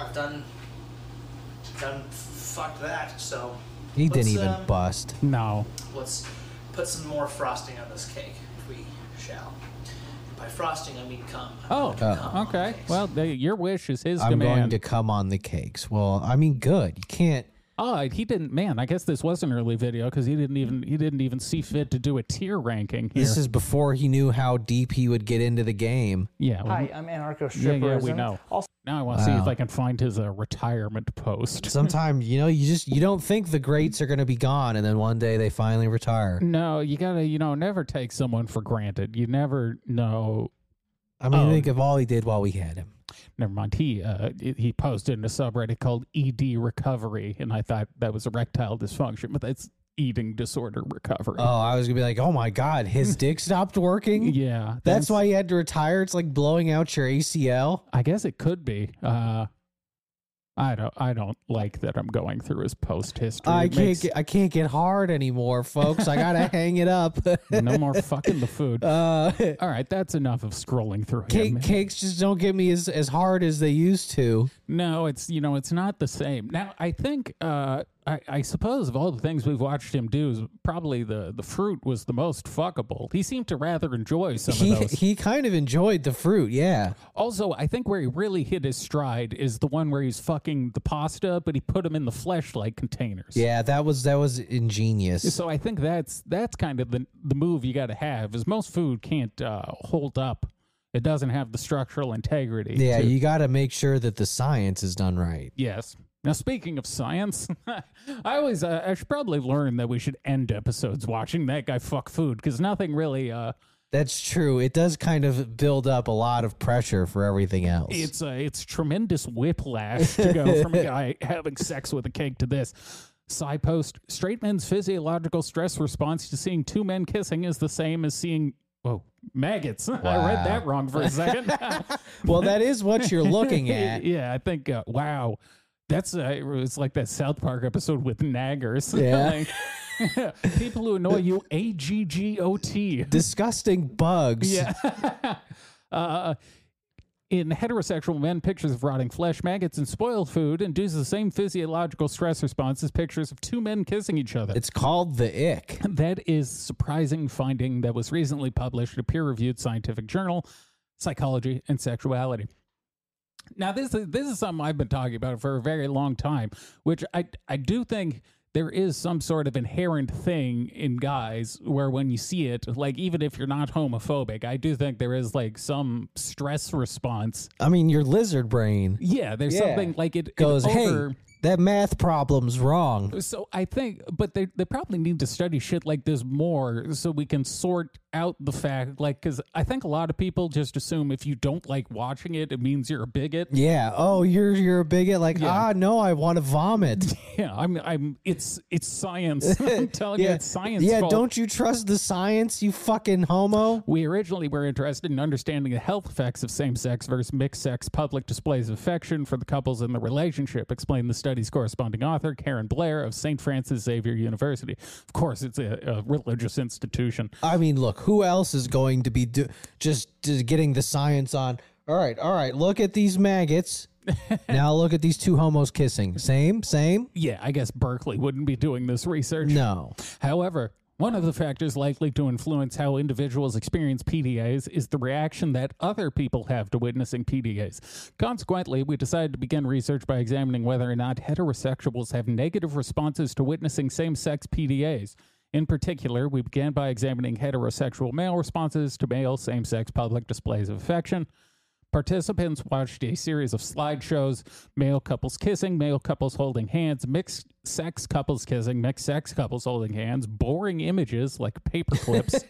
[SPEAKER 5] I've done done fucked that. So
[SPEAKER 2] He
[SPEAKER 5] let's,
[SPEAKER 1] uh,
[SPEAKER 2] didn't even
[SPEAKER 5] um,
[SPEAKER 2] bust.
[SPEAKER 1] No,
[SPEAKER 5] Let's put some more frosting on this cake, if we shall. And by frosting, I mean cum. I'm
[SPEAKER 1] Oh,
[SPEAKER 5] gonna cum on
[SPEAKER 1] okay.
[SPEAKER 5] cakes.
[SPEAKER 1] Well, the, your wish is his
[SPEAKER 2] I'm
[SPEAKER 1] demand.
[SPEAKER 2] going to come on the cakes. Well, I mean, good. You can't.
[SPEAKER 1] Oh, he didn't. Man, I guess this was an early video because he didn't even he didn't even see fit to do a tier ranking here.
[SPEAKER 2] This is before he knew how deep he would get into the game.
[SPEAKER 1] yeah. well,
[SPEAKER 4] Hi, I'm anarcho
[SPEAKER 1] yeah,
[SPEAKER 4] stripper.
[SPEAKER 1] yeah, we know.
[SPEAKER 4] Also,
[SPEAKER 1] now I want to see if I can find his uh, retirement post.
[SPEAKER 2] Sometimes you know you just you don't think the greats are going to be gone, and then one day they finally retire.
[SPEAKER 1] No, you gotta you know never take someone for granted. You never know.
[SPEAKER 2] I mean,
[SPEAKER 1] Oh.
[SPEAKER 2] think of all he did while we had him.
[SPEAKER 1] Never mind. He uh, he posted in a subreddit called ED Recovery, and I thought that was erectile dysfunction, but that's eating disorder recovery.
[SPEAKER 2] Oh, I was gonna be like, oh my god, his dick stopped working.
[SPEAKER 1] yeah,
[SPEAKER 2] That's why he had to retire. It's like blowing out your ACL.
[SPEAKER 1] I guess it could be. Uh, I don't. I don't like that I'm going through his post history.
[SPEAKER 2] I
[SPEAKER 1] It
[SPEAKER 2] can't
[SPEAKER 1] makes-
[SPEAKER 2] get I can't get hard anymore, folks. I gotta hang it up.
[SPEAKER 1] no more fucking the food.
[SPEAKER 2] uh,
[SPEAKER 1] All right, that's enough of scrolling through him.
[SPEAKER 2] cake, cakes just don't get me as, as hard as they used to.
[SPEAKER 1] No, it's you know it's not the same. Now I think uh, I, I suppose of all the things we've watched him do, is probably the the fruit was the most fuckable. He seemed to rather enjoy some
[SPEAKER 2] He
[SPEAKER 1] of those.
[SPEAKER 2] he kind of enjoyed the fruit, yeah.
[SPEAKER 1] also, I think where he really hit his stride is the one where he's fucking the pasta, but he put them in the fleshlight containers.
[SPEAKER 2] Yeah, that was that was ingenious.
[SPEAKER 1] So I think that's that's kind of the the move you got to have. Is most food can't uh, hold up. It doesn't have the structural integrity.
[SPEAKER 2] Yeah,
[SPEAKER 1] to-
[SPEAKER 2] you gotta make sure that the science is done right.
[SPEAKER 1] Yes. Now, speaking of science, I always uh, I should probably learn that we should end episodes watching that guy fuck food because nothing really. Uh,
[SPEAKER 2] That's true. It does kind of build up a lot of pressure for everything else.
[SPEAKER 1] it's uh, it's tremendous whiplash to go from a guy having sex with a cake to this. Side post: Straight men's physiological stress response to seeing two men kissing is the same as seeing. Whoa, maggots! I read that wrong for a second.
[SPEAKER 2] well, that is what you're looking at.
[SPEAKER 1] yeah, I think. Uh, wow, that's uh, it's like that South Park episode with naggers.
[SPEAKER 2] Yeah.
[SPEAKER 1] Like, people who annoy you. A G G O T.
[SPEAKER 2] Disgusting bugs.
[SPEAKER 1] Yeah. uh, in heterosexual men, pictures of rotting flesh, maggots, and spoiled food induces the same physiological stress response as pictures of two men kissing each other.
[SPEAKER 2] It's called the ick.
[SPEAKER 1] That is surprising finding that was recently published in a peer-reviewed scientific journal, Psychology and Sexuality. Now, this is this is something I've been talking about for a very long time, which I I do think there is some sort of inherent thing in guys where when you see it, like even if you're not homophobic, I do think there is like some stress response.
[SPEAKER 2] I mean, your lizard brain
[SPEAKER 1] Yeah, there's
[SPEAKER 2] Yeah.
[SPEAKER 1] something like it it
[SPEAKER 2] goes,
[SPEAKER 1] over-
[SPEAKER 2] hey, that math problem's wrong.
[SPEAKER 1] so I think, but they, they probably need to study shit like this more so we can sort out the fact, like, because I think a lot of people just assume if you don't like watching it, it means you're a bigot.
[SPEAKER 2] Yeah. Oh, you're you're a bigot. Like, ah, no, I want to vomit.
[SPEAKER 1] Yeah, I'm, I'm, it's, it's science. I'm telling you,
[SPEAKER 2] yeah,
[SPEAKER 1] it's science.
[SPEAKER 2] Yeah.
[SPEAKER 1] fault.
[SPEAKER 2] Don't you trust the science, you fucking homo?
[SPEAKER 1] We originally were interested in understanding the health effects of same sex versus mixed sex public displays of affection for the couples in the relationship, explained the study's corresponding author, Karen Blair of St. Francis Xavier University. Of course, it's a, a religious institution.
[SPEAKER 2] I mean, look, who else is going to be do- just, just getting the science on? All right, all right. Look at these maggots. now look at these two homos kissing. Same, same.
[SPEAKER 1] yeah, I guess Berkeley wouldn't be doing this research.
[SPEAKER 2] No.
[SPEAKER 1] However, one of the factors likely to influence how individuals experience PDAs is the reaction that other people have to witnessing PDAs. Consequently, we decided to begin research by examining whether or not heterosexuals have negative responses to witnessing same sex PDAs. In particular, we began by examining heterosexual male responses to male same sex public displays of affection. Participants watched a series of slideshows male couples kissing, male couples holding hands, mixed sex couples kissing, mixed sex couples holding hands, boring images like paper clips,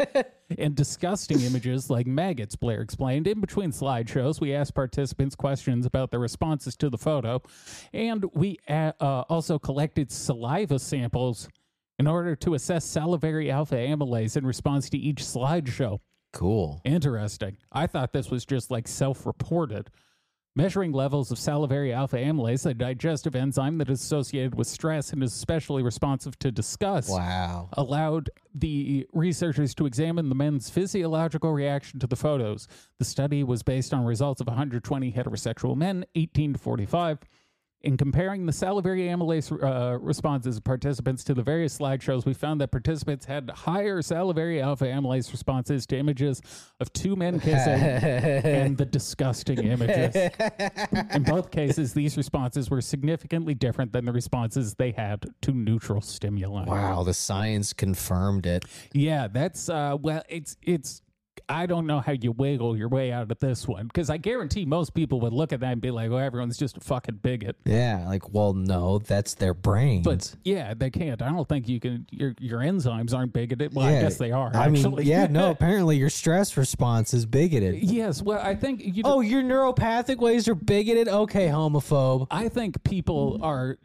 [SPEAKER 1] and disgusting images like maggots, Blair explained. In between slideshows, we asked participants questions about their responses to the photo, and we uh, uh, also collected saliva samples in order to assess salivary alpha amylase in response to each slideshow.
[SPEAKER 2] Cool.
[SPEAKER 1] Interesting. I thought this was just like self reported. Measuring levels of salivary alpha amylase, a digestive enzyme that is associated with stress and is especially responsive to disgust,
[SPEAKER 2] Wow.
[SPEAKER 1] allowed the researchers to examine the men's physiological reaction to the photos. The study was based on results of 120 heterosexual men, 18 to 45. In comparing the salivary amylase uh, responses of participants to the various slideshows, we found that participants had higher salivary alpha amylase responses to images of two men kissing and the disgusting images. In both cases, these responses were significantly different than the responses they had to neutral stimuli.
[SPEAKER 2] Wow, the science confirmed it.
[SPEAKER 1] Yeah, that's uh well it's it's I don't know how you wiggle your way out of this one because I guarantee most people would look at that and be like, "Oh, everyone's just a fucking bigot."
[SPEAKER 2] Yeah, like, well, no, that's their brains.
[SPEAKER 1] But yeah, they can't. I don't think you can. Your your enzymes aren't bigoted. Well, I guess they are.
[SPEAKER 2] I mean,
[SPEAKER 1] actually.
[SPEAKER 2] yeah, no, apparently your stress response is bigoted.
[SPEAKER 1] yes. Well, I think you.
[SPEAKER 2] Oh, your neuropathic ways are bigoted? Okay, homophobe.
[SPEAKER 1] I think people are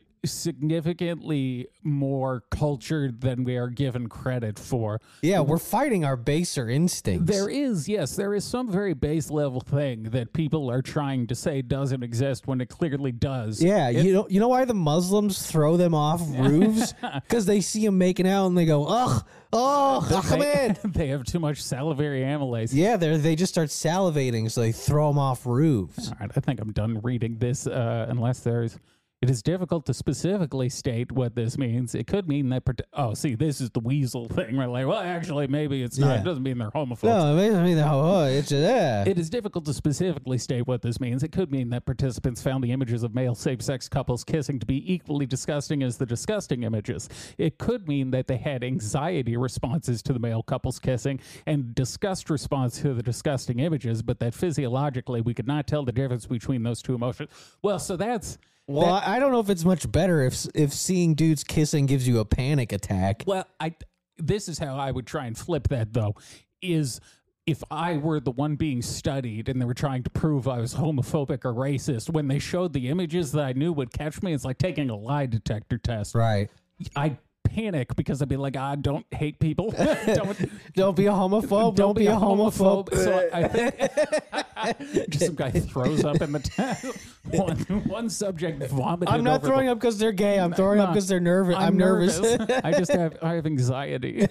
[SPEAKER 1] significantly more cultured than we are given credit for.
[SPEAKER 2] Yeah, we're fighting our baser instincts.
[SPEAKER 1] There is, yes, there is some very base level thing that people are trying to say doesn't exist when it clearly does.
[SPEAKER 2] yeah, you know, you know why the Muslims throw them off roofs? Because they see them making out and they go, "Ugh, oh, Ahmed."
[SPEAKER 1] they have too much salivary amylase.
[SPEAKER 2] Yeah, they they just start salivating, so they throw them off roofs.
[SPEAKER 1] All right, I think I'm done reading this. Uh, unless there's, it is difficult to specifically state what this means. It could mean that. part- Oh, see, this is the weasel thing. Right? Like, well, actually, maybe it's not.
[SPEAKER 2] Yeah.
[SPEAKER 1] It doesn't mean they're homophobes.
[SPEAKER 2] No, I mean, I mean, oh, oh, it's yeah.
[SPEAKER 1] It is difficult to specifically state what this means. It could mean that participants found the images of male same sex couples kissing to be equally disgusting as the disgusting images. It could mean that they had anxiety responses to the male couples kissing and disgust response to the disgusting images, but that physiologically we could not tell the difference between those two emotions. Well, so that's.
[SPEAKER 2] well, I I don't know if it's much better if if seeing dudes kissing gives you a panic attack.
[SPEAKER 1] Well, I this is how I would try and flip that though is if I were the one being studied and they were trying to prove I was homophobic or racist when they showed the images that I knew would catch me, it's like taking a lie detector test.
[SPEAKER 2] Right.
[SPEAKER 1] I'd panic because I'd be like, I don't hate people. don't,
[SPEAKER 2] Don't be a homophobe. Oh, Don't, be, a homophobe.
[SPEAKER 1] So I think just some guy throws up in the town. one, one subject vomited.
[SPEAKER 2] I'm not
[SPEAKER 1] over
[SPEAKER 2] throwing
[SPEAKER 1] the-
[SPEAKER 2] up because they're gay. I'm throwing up
[SPEAKER 1] no.
[SPEAKER 2] because they're nervous. I'm, nervous.
[SPEAKER 1] I just have I have anxiety.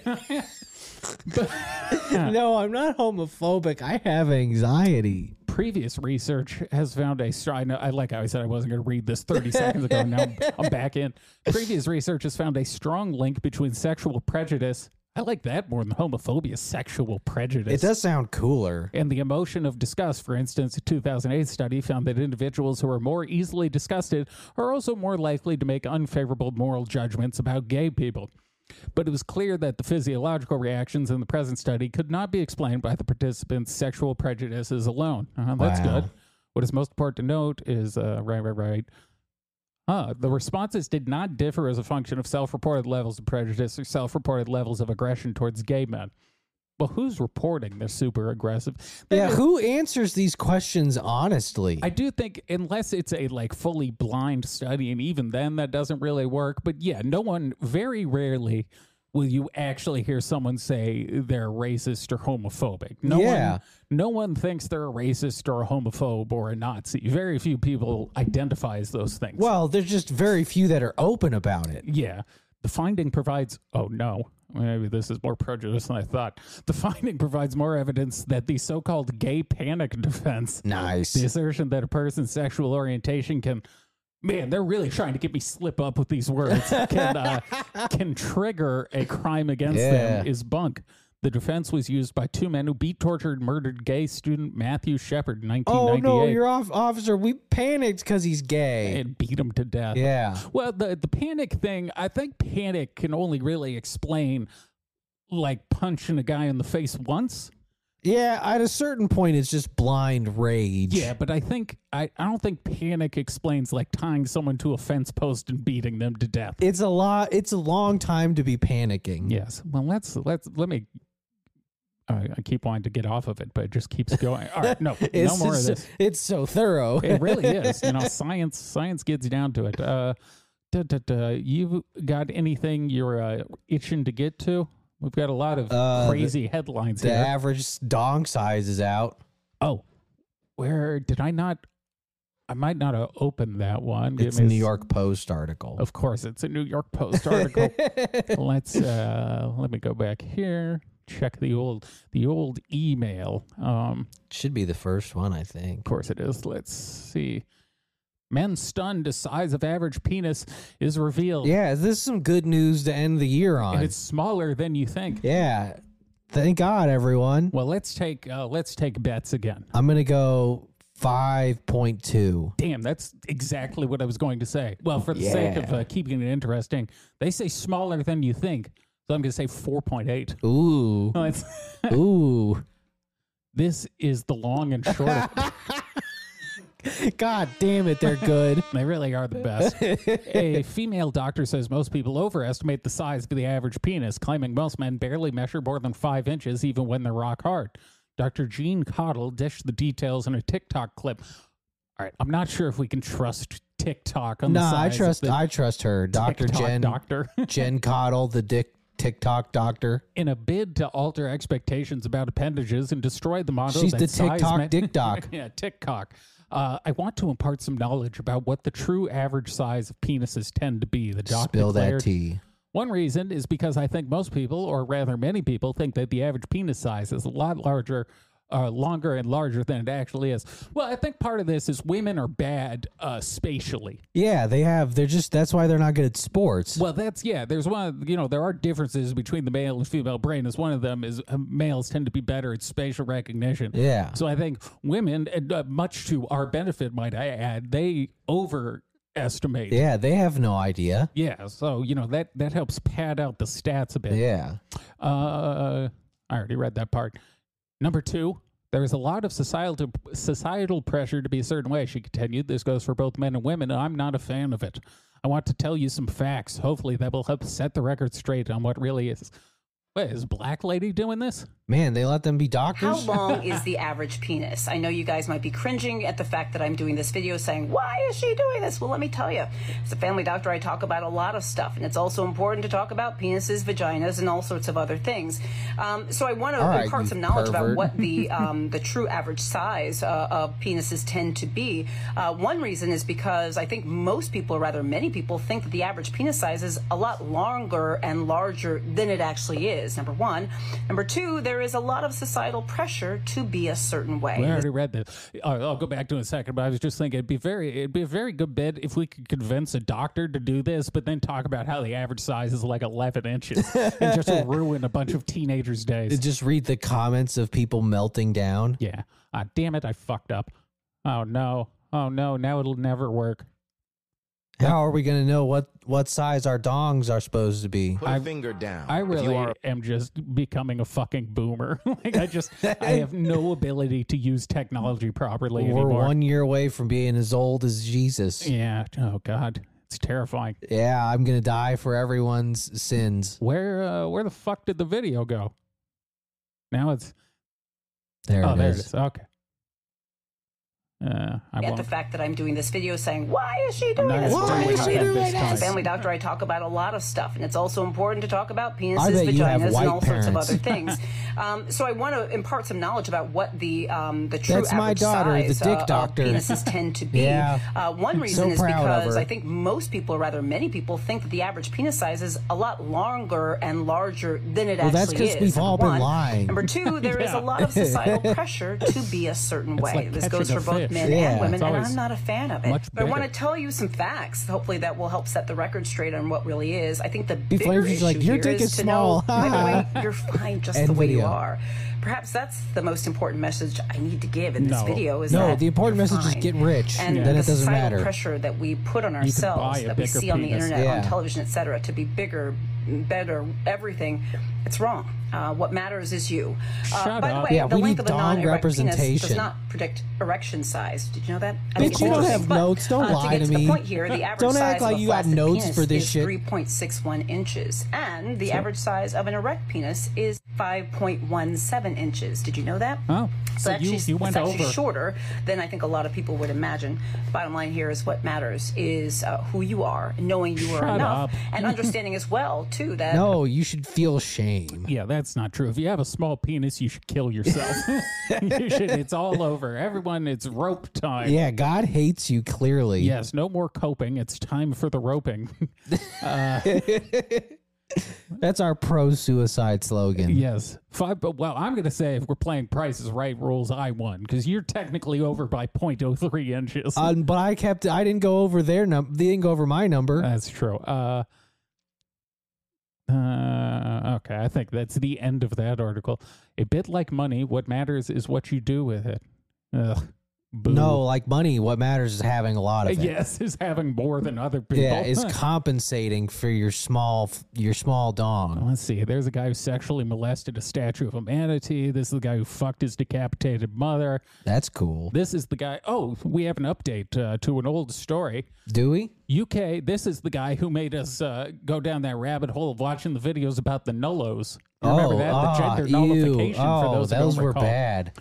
[SPEAKER 2] no, I'm not homophobic. I have anxiety.
[SPEAKER 1] previous research has found a strong. I, know- I like how I said I wasn't going to read this 30 seconds ago. Now I'm, I'm back in. Previous research has found a strong link between sexual prejudice. I like that more than homophobia. Sexual prejudice.
[SPEAKER 2] It does sound cooler.
[SPEAKER 1] And the emotion of disgust, for instance, a 2008 study found that individuals who are more easily disgusted are also more likely to make unfavorable moral judgments about gay people. But it was clear that the physiological reactions in the present study could not be explained by the participants' sexual prejudices alone. Uh, that's
[SPEAKER 2] Wow.
[SPEAKER 1] good. What is most important to note is uh, right, right, right. Huh, the responses did not differ as a function of self reported levels of prejudice or self reported levels of aggression towards gay men. Well, who's reporting they're super aggressive? They
[SPEAKER 2] Yeah,
[SPEAKER 1] just-
[SPEAKER 2] who answers these questions honestly?
[SPEAKER 1] I do think unless it's a like fully blind study, and even then that doesn't really work. But yeah, no one very rarely will you actually hear someone say they're racist or homophobic. No
[SPEAKER 2] Yeah.
[SPEAKER 1] one no one thinks they're a racist or a homophobe or a Nazi. Very few people identify as those things.
[SPEAKER 2] well, there's just very few that are open about it.
[SPEAKER 1] Yeah. The finding provides, oh no, maybe this is more prejudice than I thought. The finding provides more evidence that the so called gay panic defense,
[SPEAKER 2] Nice.
[SPEAKER 1] the assertion that a person's sexual orientation can, man, they're really trying to get me slip up with these words, can, uh, can trigger a crime against them
[SPEAKER 2] Yeah.
[SPEAKER 1] is bunk. The defense was used by two men who beat, tortured, and murdered gay student Matthew Shepard in
[SPEAKER 2] Oh
[SPEAKER 1] 1998
[SPEAKER 2] no, you're off, officer. We panicked because he's gay.
[SPEAKER 1] and beat him to death.
[SPEAKER 2] yeah.
[SPEAKER 1] Well, the the panic thing, I think panic can only really explain like punching a guy in the face once.
[SPEAKER 2] Yeah, at a certain point, it's just blind rage.
[SPEAKER 1] Yeah, but I think I, I don't think panic explains like tying someone to a fence post and beating them to death.
[SPEAKER 2] It's a lot. It's a long time to be panicking.
[SPEAKER 1] Yes. Well, let's let's let me. I I keep wanting to get off of it, but it just keeps going. All right, no, no
[SPEAKER 2] It's,
[SPEAKER 1] more of
[SPEAKER 2] it's,
[SPEAKER 1] this.
[SPEAKER 2] it's so thorough.
[SPEAKER 1] it really is. You know, science science gets down to it. Uh, duh, duh, duh. You got anything you're uh, itching to get to? We've got a lot of
[SPEAKER 2] Uh,
[SPEAKER 1] crazy headlines
[SPEAKER 2] the
[SPEAKER 1] here.
[SPEAKER 2] average dong size is out.
[SPEAKER 1] oh, where did I not? I might not have opened that one. Give
[SPEAKER 2] It's a
[SPEAKER 1] me a
[SPEAKER 2] New
[SPEAKER 1] s-
[SPEAKER 2] York Post article.
[SPEAKER 1] Of course, it's a New York Post article. Let's uh, let me go back here. Check the old the old email. Um,
[SPEAKER 2] Should be the first one, I
[SPEAKER 1] Of
[SPEAKER 2] think.
[SPEAKER 1] course it is. Let's see. Men stunned to size of average penis is revealed.
[SPEAKER 2] Yeah, this is some good news to end the year on.
[SPEAKER 1] And it's smaller than you think.
[SPEAKER 2] yeah. Thank God, everyone.
[SPEAKER 1] Well, let's take uh, let's take bets again.
[SPEAKER 2] I'm going to go 5.2.
[SPEAKER 1] Damn, that's exactly what I was going to say. Well, for the sake of uh, keeping it interesting, they say smaller than you think, so I'm going to say 4.8.
[SPEAKER 2] Ooh.
[SPEAKER 1] No, it's-
[SPEAKER 2] Ooh.
[SPEAKER 1] this is the long and short. of it.
[SPEAKER 2] God damn it, they're good.
[SPEAKER 1] They really are the best. A female doctor says most people overestimate the size of the average penis, claiming most men barely measure more than five inches, even when they're rock hard. Dr. Jean Cottle dished the details in a TikTok clip. All right, I'm not sure if we can trust TikTok on the
[SPEAKER 2] nah, I
[SPEAKER 1] size. of
[SPEAKER 2] trust
[SPEAKER 1] the
[SPEAKER 2] I trust her. Dr.
[SPEAKER 1] TikTok
[SPEAKER 2] Jen
[SPEAKER 1] Doctor.
[SPEAKER 2] Jen Cottle, the dick TikTok doctor.
[SPEAKER 1] in a bid to alter expectations about appendages and destroy the motto.
[SPEAKER 2] She's
[SPEAKER 1] that
[SPEAKER 2] the
[SPEAKER 1] size
[SPEAKER 2] TikTok
[SPEAKER 1] meant-
[SPEAKER 2] dick doc.
[SPEAKER 1] yeah, TikTok. Uh, I want to impart some knowledge about what the true average size of penises tend to be. The doctor
[SPEAKER 2] Spill that
[SPEAKER 1] declared.
[SPEAKER 2] tea.
[SPEAKER 1] One reason is because I think most people, or rather many people, think that the average penis size is a lot larger, uh, longer and larger than it actually is. Well, I think part of this is women are bad uh, spatially.
[SPEAKER 2] Yeah, they have. They're just. That's why they're not good at sports.
[SPEAKER 1] Well, that's yeah. There's one. You know, there are differences between the male and female brain. As one of them is uh, males tend to be better at spatial recognition.
[SPEAKER 2] Yeah.
[SPEAKER 1] So I think women, and, uh, much to our benefit, might I add, they overestimate.
[SPEAKER 2] Yeah, they have no idea.
[SPEAKER 1] Yeah, so you know that that helps pad out the stats a bit.
[SPEAKER 2] Yeah.
[SPEAKER 1] Uh, I already read that part. Number two, there is a lot of societal societal pressure to be a certain way. She continued, "This goes for both men and women, and I'm not a fan of it. I want to tell you some facts. Hopefully, that will help set the record straight on what really is." Wait, is a black lady doing this?
[SPEAKER 2] Man, they let them be
[SPEAKER 6] How
[SPEAKER 2] doctors.
[SPEAKER 6] long is the average penis? I know you guys might be cringing at the fact that I'm doing this video saying, why is she doing this? Well, let me tell you. As a family doctor, I talk about a lot of stuff, and it's also important to talk about penises, vaginas, and all sorts of other things. Um, so I want to
[SPEAKER 2] All right,
[SPEAKER 6] impart
[SPEAKER 2] you
[SPEAKER 6] some knowledge
[SPEAKER 2] pervert.
[SPEAKER 6] about what the um, the true average size uh, of penises tend to be. Uh, one reason is because I think most people, or rather many people, think that the average penis size is a lot longer and larger than it actually is. Number one. Number two, there is a lot of societal pressure to be a certain way.
[SPEAKER 1] I already read this. Uh, I'll go back to it in a second, but I was just thinking it'd be very it'd be a very good bit if we could convince a doctor to do this, but then talk about how the average size is like eleven inches and just ruin a bunch of teenagers' days.
[SPEAKER 2] Just read the comments of people melting down.
[SPEAKER 1] Yeah. Ah, damn it, I fucked up. Oh no. Oh no, now it'll never work.
[SPEAKER 2] How are we going to know what what size our dongs are supposed to be?
[SPEAKER 7] Put a finger down.
[SPEAKER 1] I
[SPEAKER 7] If you
[SPEAKER 1] really
[SPEAKER 7] are-
[SPEAKER 1] am just becoming a fucking boomer. like I just I have no ability to use technology properly
[SPEAKER 2] We're
[SPEAKER 1] anymore.
[SPEAKER 2] one year away from being as old as Jesus.
[SPEAKER 1] yeah. Oh god. It's terrifying.
[SPEAKER 2] Yeah, I'm going to die for everyone's sins.
[SPEAKER 1] Where uh, where the fuck did the video go? Now it's
[SPEAKER 2] There
[SPEAKER 1] oh
[SPEAKER 2] it
[SPEAKER 1] there
[SPEAKER 2] is.
[SPEAKER 1] it is. Okay. Uh, I
[SPEAKER 6] at
[SPEAKER 1] won't.
[SPEAKER 6] the fact that I'm doing this video saying, why is she
[SPEAKER 1] I'm
[SPEAKER 6] doing
[SPEAKER 1] not
[SPEAKER 6] this?
[SPEAKER 1] gonna
[SPEAKER 6] Well, let me
[SPEAKER 1] talk
[SPEAKER 6] tell you.
[SPEAKER 1] about this
[SPEAKER 6] As a
[SPEAKER 1] time.
[SPEAKER 6] family doctor, I talk about a lot of stuff, and it's also important to talk about
[SPEAKER 2] I
[SPEAKER 6] penises,
[SPEAKER 2] bet you have
[SPEAKER 6] vaginas, and
[SPEAKER 2] white
[SPEAKER 6] all sorts of
[SPEAKER 2] parents.
[SPEAKER 6] other things. um, so I want to impart some knowledge about what the um, the true
[SPEAKER 2] That's my
[SPEAKER 6] average
[SPEAKER 2] daughter, the
[SPEAKER 6] size,
[SPEAKER 2] dick
[SPEAKER 6] uh, of
[SPEAKER 2] doctor.
[SPEAKER 6] penises tend to be.
[SPEAKER 2] Yeah.
[SPEAKER 6] Uh, one
[SPEAKER 2] I'm
[SPEAKER 6] reason
[SPEAKER 2] so
[SPEAKER 6] is
[SPEAKER 2] proud of
[SPEAKER 6] because
[SPEAKER 2] her.
[SPEAKER 6] I think most people, or rather many people, think that the average penis size is a lot longer and larger than it
[SPEAKER 2] Well, that's
[SPEAKER 6] actually
[SPEAKER 2] 'cause
[SPEAKER 6] is.
[SPEAKER 2] we've
[SPEAKER 6] number
[SPEAKER 2] all been
[SPEAKER 6] one.
[SPEAKER 2] lying.
[SPEAKER 6] Number two, there is a lot of societal pressure to be a certain way.
[SPEAKER 1] like
[SPEAKER 6] this
[SPEAKER 1] catching
[SPEAKER 6] goes
[SPEAKER 1] a
[SPEAKER 6] for both
[SPEAKER 1] fish.
[SPEAKER 6] men
[SPEAKER 2] Yeah.
[SPEAKER 6] and women,
[SPEAKER 1] It's
[SPEAKER 6] and
[SPEAKER 1] always
[SPEAKER 6] I'm not a fan of it.
[SPEAKER 1] much
[SPEAKER 6] but I want to
[SPEAKER 1] bigger.
[SPEAKER 6] tell you some facts. Hopefully, that will help set the record straight on what really is. I think the bigger
[SPEAKER 2] flavor's just
[SPEAKER 6] issue
[SPEAKER 2] like, "Your
[SPEAKER 6] here
[SPEAKER 2] dick is
[SPEAKER 6] to
[SPEAKER 2] small."
[SPEAKER 6] know, by the way, you're fine just the
[SPEAKER 2] End
[SPEAKER 6] way
[SPEAKER 2] video.
[SPEAKER 6] you are. Perhaps that's the most important message I need to give in this
[SPEAKER 1] No.
[SPEAKER 6] video. Is
[SPEAKER 2] No,
[SPEAKER 6] that
[SPEAKER 2] the important
[SPEAKER 6] you're
[SPEAKER 2] message is
[SPEAKER 6] fine.
[SPEAKER 2] get rich,
[SPEAKER 6] And
[SPEAKER 2] Yeah. then
[SPEAKER 6] the
[SPEAKER 2] it doesn't
[SPEAKER 6] societal
[SPEAKER 2] matter.
[SPEAKER 6] pressure that we put on
[SPEAKER 1] buy
[SPEAKER 6] ourselves,
[SPEAKER 1] a
[SPEAKER 6] that we
[SPEAKER 1] bigger
[SPEAKER 6] see on the
[SPEAKER 1] penis.
[SPEAKER 6] internet,
[SPEAKER 2] Yeah.
[SPEAKER 6] on television, etc., to be bigger, better, everything, it's wrong. Uh, what matters is you. Uh,
[SPEAKER 1] Shut
[SPEAKER 6] by
[SPEAKER 1] up.
[SPEAKER 6] the way,
[SPEAKER 2] Yeah,
[SPEAKER 6] the
[SPEAKER 2] we
[SPEAKER 6] length
[SPEAKER 2] need
[SPEAKER 6] of a
[SPEAKER 2] dong
[SPEAKER 6] non-erect penis
[SPEAKER 2] representation.
[SPEAKER 6] does not predict erection size. Did you know that? I
[SPEAKER 2] Bitch,
[SPEAKER 6] think it's
[SPEAKER 2] you don't
[SPEAKER 6] interesting,
[SPEAKER 2] have
[SPEAKER 6] but,
[SPEAKER 2] notes. Don't
[SPEAKER 6] uh,
[SPEAKER 2] lie
[SPEAKER 6] to,
[SPEAKER 2] to
[SPEAKER 6] get
[SPEAKER 2] me.
[SPEAKER 6] the point here, the average
[SPEAKER 2] Don't act
[SPEAKER 6] size of
[SPEAKER 2] like
[SPEAKER 6] a
[SPEAKER 2] you got
[SPEAKER 6] flaccid
[SPEAKER 2] notes
[SPEAKER 6] penis
[SPEAKER 2] for this
[SPEAKER 6] is
[SPEAKER 2] shit.
[SPEAKER 6] 3.61 inches, and the average size of an erect penis is 5.17 inches. Did you know that?
[SPEAKER 1] Oh, so you-
[SPEAKER 6] actually,
[SPEAKER 1] you went
[SPEAKER 6] it's actually
[SPEAKER 1] over.
[SPEAKER 6] shorter than I think a lot of people would imagine. Bottom line here is what matters is uh, who you are, knowing you
[SPEAKER 1] Shut
[SPEAKER 6] are enough,
[SPEAKER 1] up.
[SPEAKER 6] and understanding as well too that
[SPEAKER 2] No, you should feel shame.
[SPEAKER 1] Yeah, that's not true. If you have a small penis, you should kill yourself. you should. It's all over. Everyone, it's rope time.
[SPEAKER 2] Yeah, God hates you clearly.
[SPEAKER 1] Yes, no more coping. It's time for the roping. uh,
[SPEAKER 2] That's our pro suicide slogan.
[SPEAKER 1] Yes, five. But well, I'm gonna say if we're playing Prices Right rules, I won because you're technically over by 0.03 inches.
[SPEAKER 2] Um, but I kept. I didn't go over their number. They didn't go over my number.
[SPEAKER 1] that's true. Uh, uh, okay, I think that's the end of that article. A bit like money, what matters is what you do with it. Ugh, boo. Uh,
[SPEAKER 2] no, like money. What matters is having a lot of it.
[SPEAKER 1] Yes, is having more than other people.
[SPEAKER 2] Yeah, it's compensating for your small your small dong.
[SPEAKER 1] Let's see. There's a guy who sexually molested a statue of a manatee. This is the guy who fucked his decapitated mother.
[SPEAKER 2] That's cool.
[SPEAKER 1] This is the guy. Oh, we have an update uh, to an old story.
[SPEAKER 2] Do we?
[SPEAKER 1] UK, this is the guy who made us uh, go down that rabbit hole of watching the videos about the nullos. You Remember that? The
[SPEAKER 2] ah,
[SPEAKER 1] gender
[SPEAKER 2] ew.
[SPEAKER 1] nullification
[SPEAKER 2] oh,
[SPEAKER 1] for those who
[SPEAKER 2] those
[SPEAKER 1] don't
[SPEAKER 2] were
[SPEAKER 1] recall.
[SPEAKER 2] bad.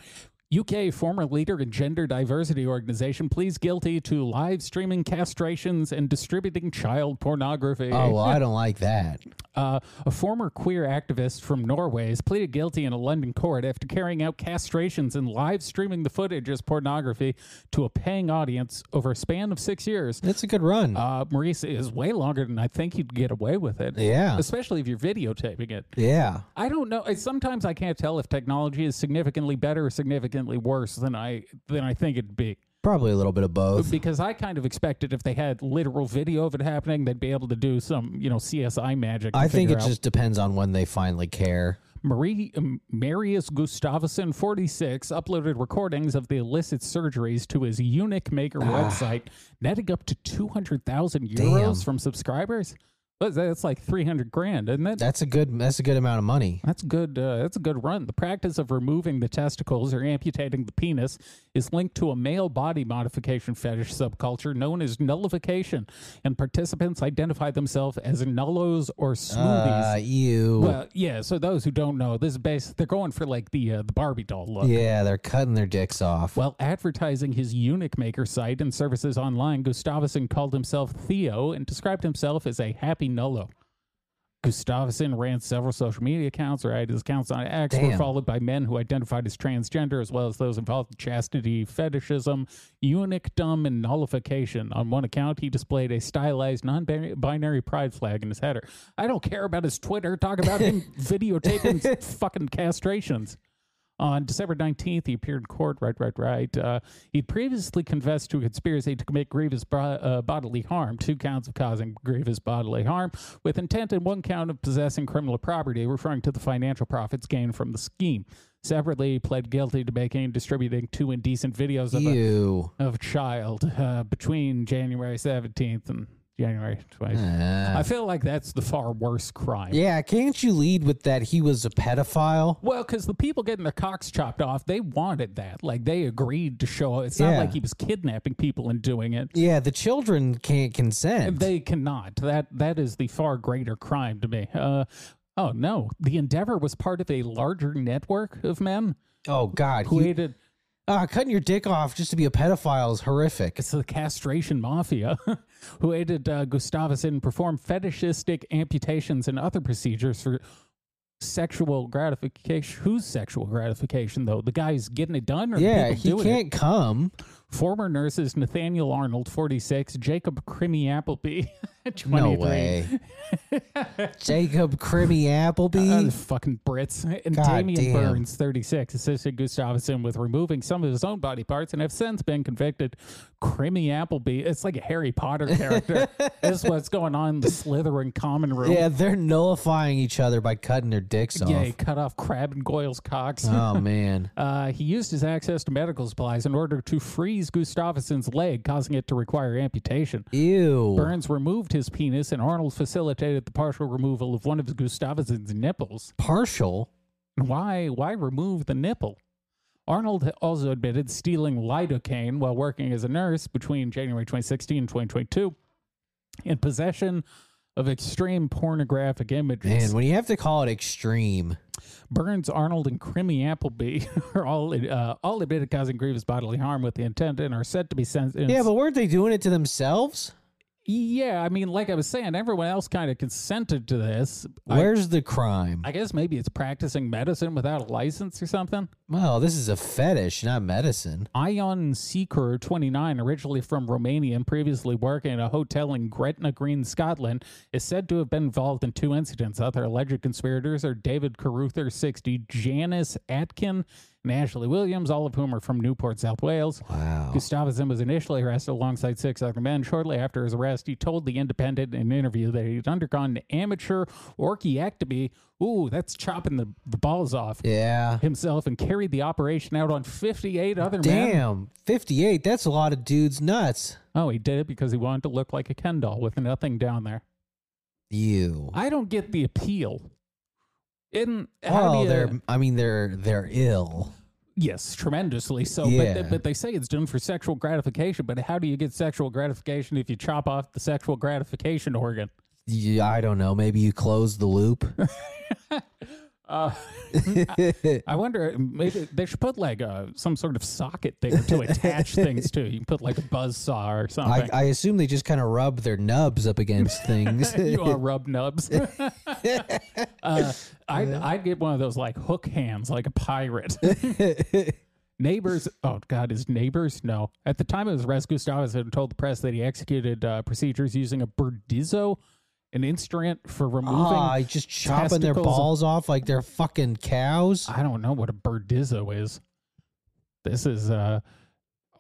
[SPEAKER 1] UK former leader in gender diversity organization pleads guilty to live streaming castrations and distributing child pornography.
[SPEAKER 2] Oh well, I don't like that.
[SPEAKER 1] Uh, a former queer activist from Norway has pleaded guilty in a London court after carrying out castrations and live streaming the footage as pornography to a paying audience over a span of six years.
[SPEAKER 2] That's a good run.
[SPEAKER 1] Uh, Maurice it is way longer than I think you'd get away with it.
[SPEAKER 2] Yeah.
[SPEAKER 1] Especially if you're videotaping it.
[SPEAKER 2] yeah,
[SPEAKER 1] I don't know. I- Sometimes I can't tell if technology is significantly better or significantly worse than I than I think it'd be.
[SPEAKER 2] probably a little bit of both.
[SPEAKER 1] Because I kind of expected if they had literal video of it happening, they'd be able to do some, you know, CSI magic. to
[SPEAKER 2] I think
[SPEAKER 1] figure
[SPEAKER 2] it
[SPEAKER 1] out
[SPEAKER 2] just depends on when they finally care.
[SPEAKER 1] Marie um, Marius Gustafsson, 46, uploaded recordings of the illicit surgeries to his eunuch maker website, netting up to 200,000
[SPEAKER 2] Damn.
[SPEAKER 1] euros from subscribers. That's- That's like 300 grand, isn't it?
[SPEAKER 2] That's a good. That's a good amount of money.
[SPEAKER 1] That's good. Uh, that's a good run. The practice of removing the testicles or amputating the penis is linked to a male body modification fetish subculture known as nullification, and participants identify themselves as nullos or smoothies.
[SPEAKER 2] Uh, ew.
[SPEAKER 1] Well, yeah. So those who don't know, this is based. They're going for like the uh, the Barbie doll look.
[SPEAKER 2] yeah, they're cutting their dicks off.
[SPEAKER 1] While advertising his eunuch maker site and services online, Gustafsson called himself Theo and described himself as a happy nullo. Gustafsson ran several social media accounts, right? His accounts on X were
[SPEAKER 2] Damn.
[SPEAKER 1] followed by men who identified as transgender, as well as those involved in chastity, fetishism, eunuchdom, and nullification. On one account, he displayed a stylized non binary pride flag in his header. I don't care about his Twitter. Talk about him videotaping fucking castrations. On December 19th, he appeared in court. Right, right, right. Uh, he'd previously confessed to a conspiracy to commit grievous bro- uh, bodily harm, two counts of causing grievous bodily harm with intent, and one count of possessing criminal property, referring to the financial profits gained from the scheme. Separately, he pled guilty to making and distributing two indecent videos of a,
[SPEAKER 2] Ew.
[SPEAKER 1] of a child uh, between January 17th and January 20th.
[SPEAKER 2] Uh,
[SPEAKER 1] I feel like that's the far worse crime.
[SPEAKER 2] yeah, can't you lead with that he was a pedophile?
[SPEAKER 1] Well, because the people getting their cocks chopped off, they wanted that. Like they agreed to show. It's not
[SPEAKER 2] Yeah.
[SPEAKER 1] like he was kidnapping people and doing it.
[SPEAKER 2] Yeah, the children can't consent.
[SPEAKER 1] They cannot. That that is the far greater crime to me. Uh, oh no, the endeavor was part of a larger network of men
[SPEAKER 2] oh God,
[SPEAKER 1] who
[SPEAKER 2] you-
[SPEAKER 1] aided.
[SPEAKER 2] Ah, cutting your dick off just to be a pedophile is horrific.
[SPEAKER 1] It's the castration mafia who aided uh, Gustavus in perform fetishistic amputations and other procedures for sexual gratification. Whose sexual gratification though? The guy's getting it done, or the
[SPEAKER 2] yeah,
[SPEAKER 1] people
[SPEAKER 2] he
[SPEAKER 1] doing it?
[SPEAKER 2] can't come.
[SPEAKER 1] Former nurses Nathaniel Arnold, 46, Jacob Crimmy Appleby, 23.
[SPEAKER 2] No way. Jacob Crimmy Appleby.
[SPEAKER 1] Uh, the fucking Brits. And
[SPEAKER 2] God
[SPEAKER 1] Damian
[SPEAKER 2] damn.
[SPEAKER 1] Burns, 36, assisted Gustafsson with removing some of his own body parts and have since been convicted. Crimmy Appleby, it's like a Harry Potter character. this is what's going on in the Slytherin common room.
[SPEAKER 2] yeah, they're nullifying each other by cutting their dicks off.
[SPEAKER 1] Yeah, he cut off Crab and Goyle's cocks.
[SPEAKER 2] Oh man.
[SPEAKER 1] Uh, he used his access to medical supplies in order to freeze Gustafsson's leg, causing it to require amputation.
[SPEAKER 2] Ew.
[SPEAKER 1] Burns removed his penis, and Arnold facilitated the partial removal of one of Gustafsson's nipples.
[SPEAKER 2] Partial.
[SPEAKER 1] Why? Why remove the nipple? Arnold also admitted stealing lidocaine while working as a nurse between January 2016 and 2022, in possession of extreme pornographic images.
[SPEAKER 2] Man, when you have to call it extreme.
[SPEAKER 1] Burns, Arnold, and Crimmy Appleby are all uh, all admitted causing grievous bodily harm with the intent and are said to be sentenced.
[SPEAKER 2] Yeah, but weren't they doing it to themselves?
[SPEAKER 1] Yeah, I mean, like I was saying, everyone else kind of consented to this. I,
[SPEAKER 2] Where's the crime?
[SPEAKER 1] I guess maybe it's practicing medicine without a license or something.
[SPEAKER 2] well, this is a fetish, not medicine.
[SPEAKER 1] Ion Seeker, 29, originally from Romania and previously working at a hotel in Gretna Green, Scotland, is said to have been involved in two incidents. Other alleged conspirators are David Caruther, 60, Janice Atkin, and Ashley Williams, all of whom are from Newport, South Wales.
[SPEAKER 2] Wow.
[SPEAKER 1] Gustafsson was initially arrested alongside six other men. Shortly after his arrest, he told The Independent in an interview that he'd undergone an amateur orchiectomy. Ooh, that's chopping the, the balls off.
[SPEAKER 2] Yeah.
[SPEAKER 1] Himself and carried the operation out on 58 other men.
[SPEAKER 2] Damn, 58. That's a lot of dudes' nuts.
[SPEAKER 1] Oh, he did it because he wanted to look like a Ken doll with nothing down there.
[SPEAKER 2] You.
[SPEAKER 1] I don't get the appeal. In how do
[SPEAKER 2] Well,
[SPEAKER 1] you-
[SPEAKER 2] Oh, they're. I mean, they're they're ill.
[SPEAKER 1] yes, tremendously so. But,
[SPEAKER 2] Yeah.
[SPEAKER 1] they, but they say it's done for sexual gratification. But how do you get sexual gratification if you chop off the sexual gratification organ?
[SPEAKER 2] Yeah, I don't know. Maybe you close the loop.
[SPEAKER 1] Uh,
[SPEAKER 2] Eh.
[SPEAKER 1] I wonder. uh, Maybe they should put like a, some sort of socket thing to attach things to. You can put like a buzz saw or
[SPEAKER 2] I,
[SPEAKER 1] something.
[SPEAKER 2] I assume they just kind of rub their nubs up against things.
[SPEAKER 1] you are rub nubs. uh, I'd, I'd get one of those like hook hands, like a pirate. neighbors, oh God, his neighbors? No. At the time of his arrest, Gustavus had told the press that he executed uh, procedures using a burdizo, an instrument for removing.
[SPEAKER 2] Ah, just chopping their
[SPEAKER 1] testicles of-
[SPEAKER 2] balls off like they're fucking cows.
[SPEAKER 1] I don't know what a burdizo is. This is uh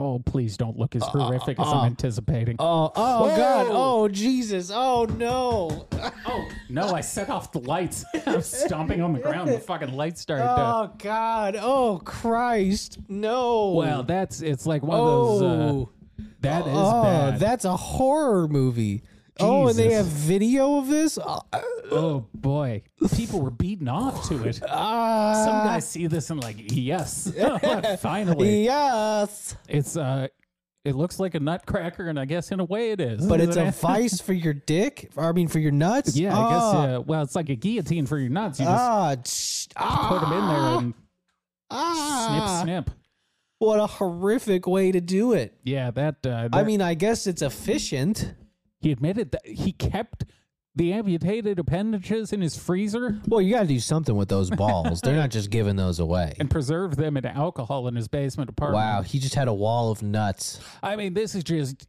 [SPEAKER 1] oh please don't look as horrific as I'm anticipating.
[SPEAKER 2] Uh, Oh, oh
[SPEAKER 1] Whoa!
[SPEAKER 2] God! Oh Jesus! Oh no!
[SPEAKER 1] oh no, I set off the lights. I'm stomping on the ground. The fucking lights started. to-
[SPEAKER 2] Oh God! Oh Christ! No!
[SPEAKER 1] well, that's it's like one of those.
[SPEAKER 2] oh,
[SPEAKER 1] Uh, that is
[SPEAKER 2] oh,
[SPEAKER 1] bad.
[SPEAKER 2] that's a horror movie. Oh, and they
[SPEAKER 1] Jesus.
[SPEAKER 2] have video of this. Uh,
[SPEAKER 1] oh boy, people were beaten off to it.
[SPEAKER 2] uh,
[SPEAKER 1] Some guys see this and like yes, finally.
[SPEAKER 2] yes,
[SPEAKER 1] It's uh, it looks like a nutcracker, and I guess in a way it is.
[SPEAKER 2] but it's a vice for your dick. I mean, for your nuts.
[SPEAKER 1] Yeah, I
[SPEAKER 2] Ah,
[SPEAKER 1] guess. Uh, well, it's like a guillotine for your nuts. You just
[SPEAKER 2] Ah, tsh, ah,
[SPEAKER 1] put them in there and
[SPEAKER 2] ah,
[SPEAKER 1] snip, snip.
[SPEAKER 2] What a horrific way to do it.
[SPEAKER 1] Yeah, that. Uh,
[SPEAKER 2] I
[SPEAKER 1] that-
[SPEAKER 2] mean, I guess it's efficient.
[SPEAKER 1] he admitted that he kept the amputated appendages in his freezer
[SPEAKER 2] Well, you got to do something with those balls. They're not just giving those away.
[SPEAKER 1] and preserved them in alcohol in his basement apartment.
[SPEAKER 2] Wow, he just had a wall of nuts.
[SPEAKER 1] I mean, this is just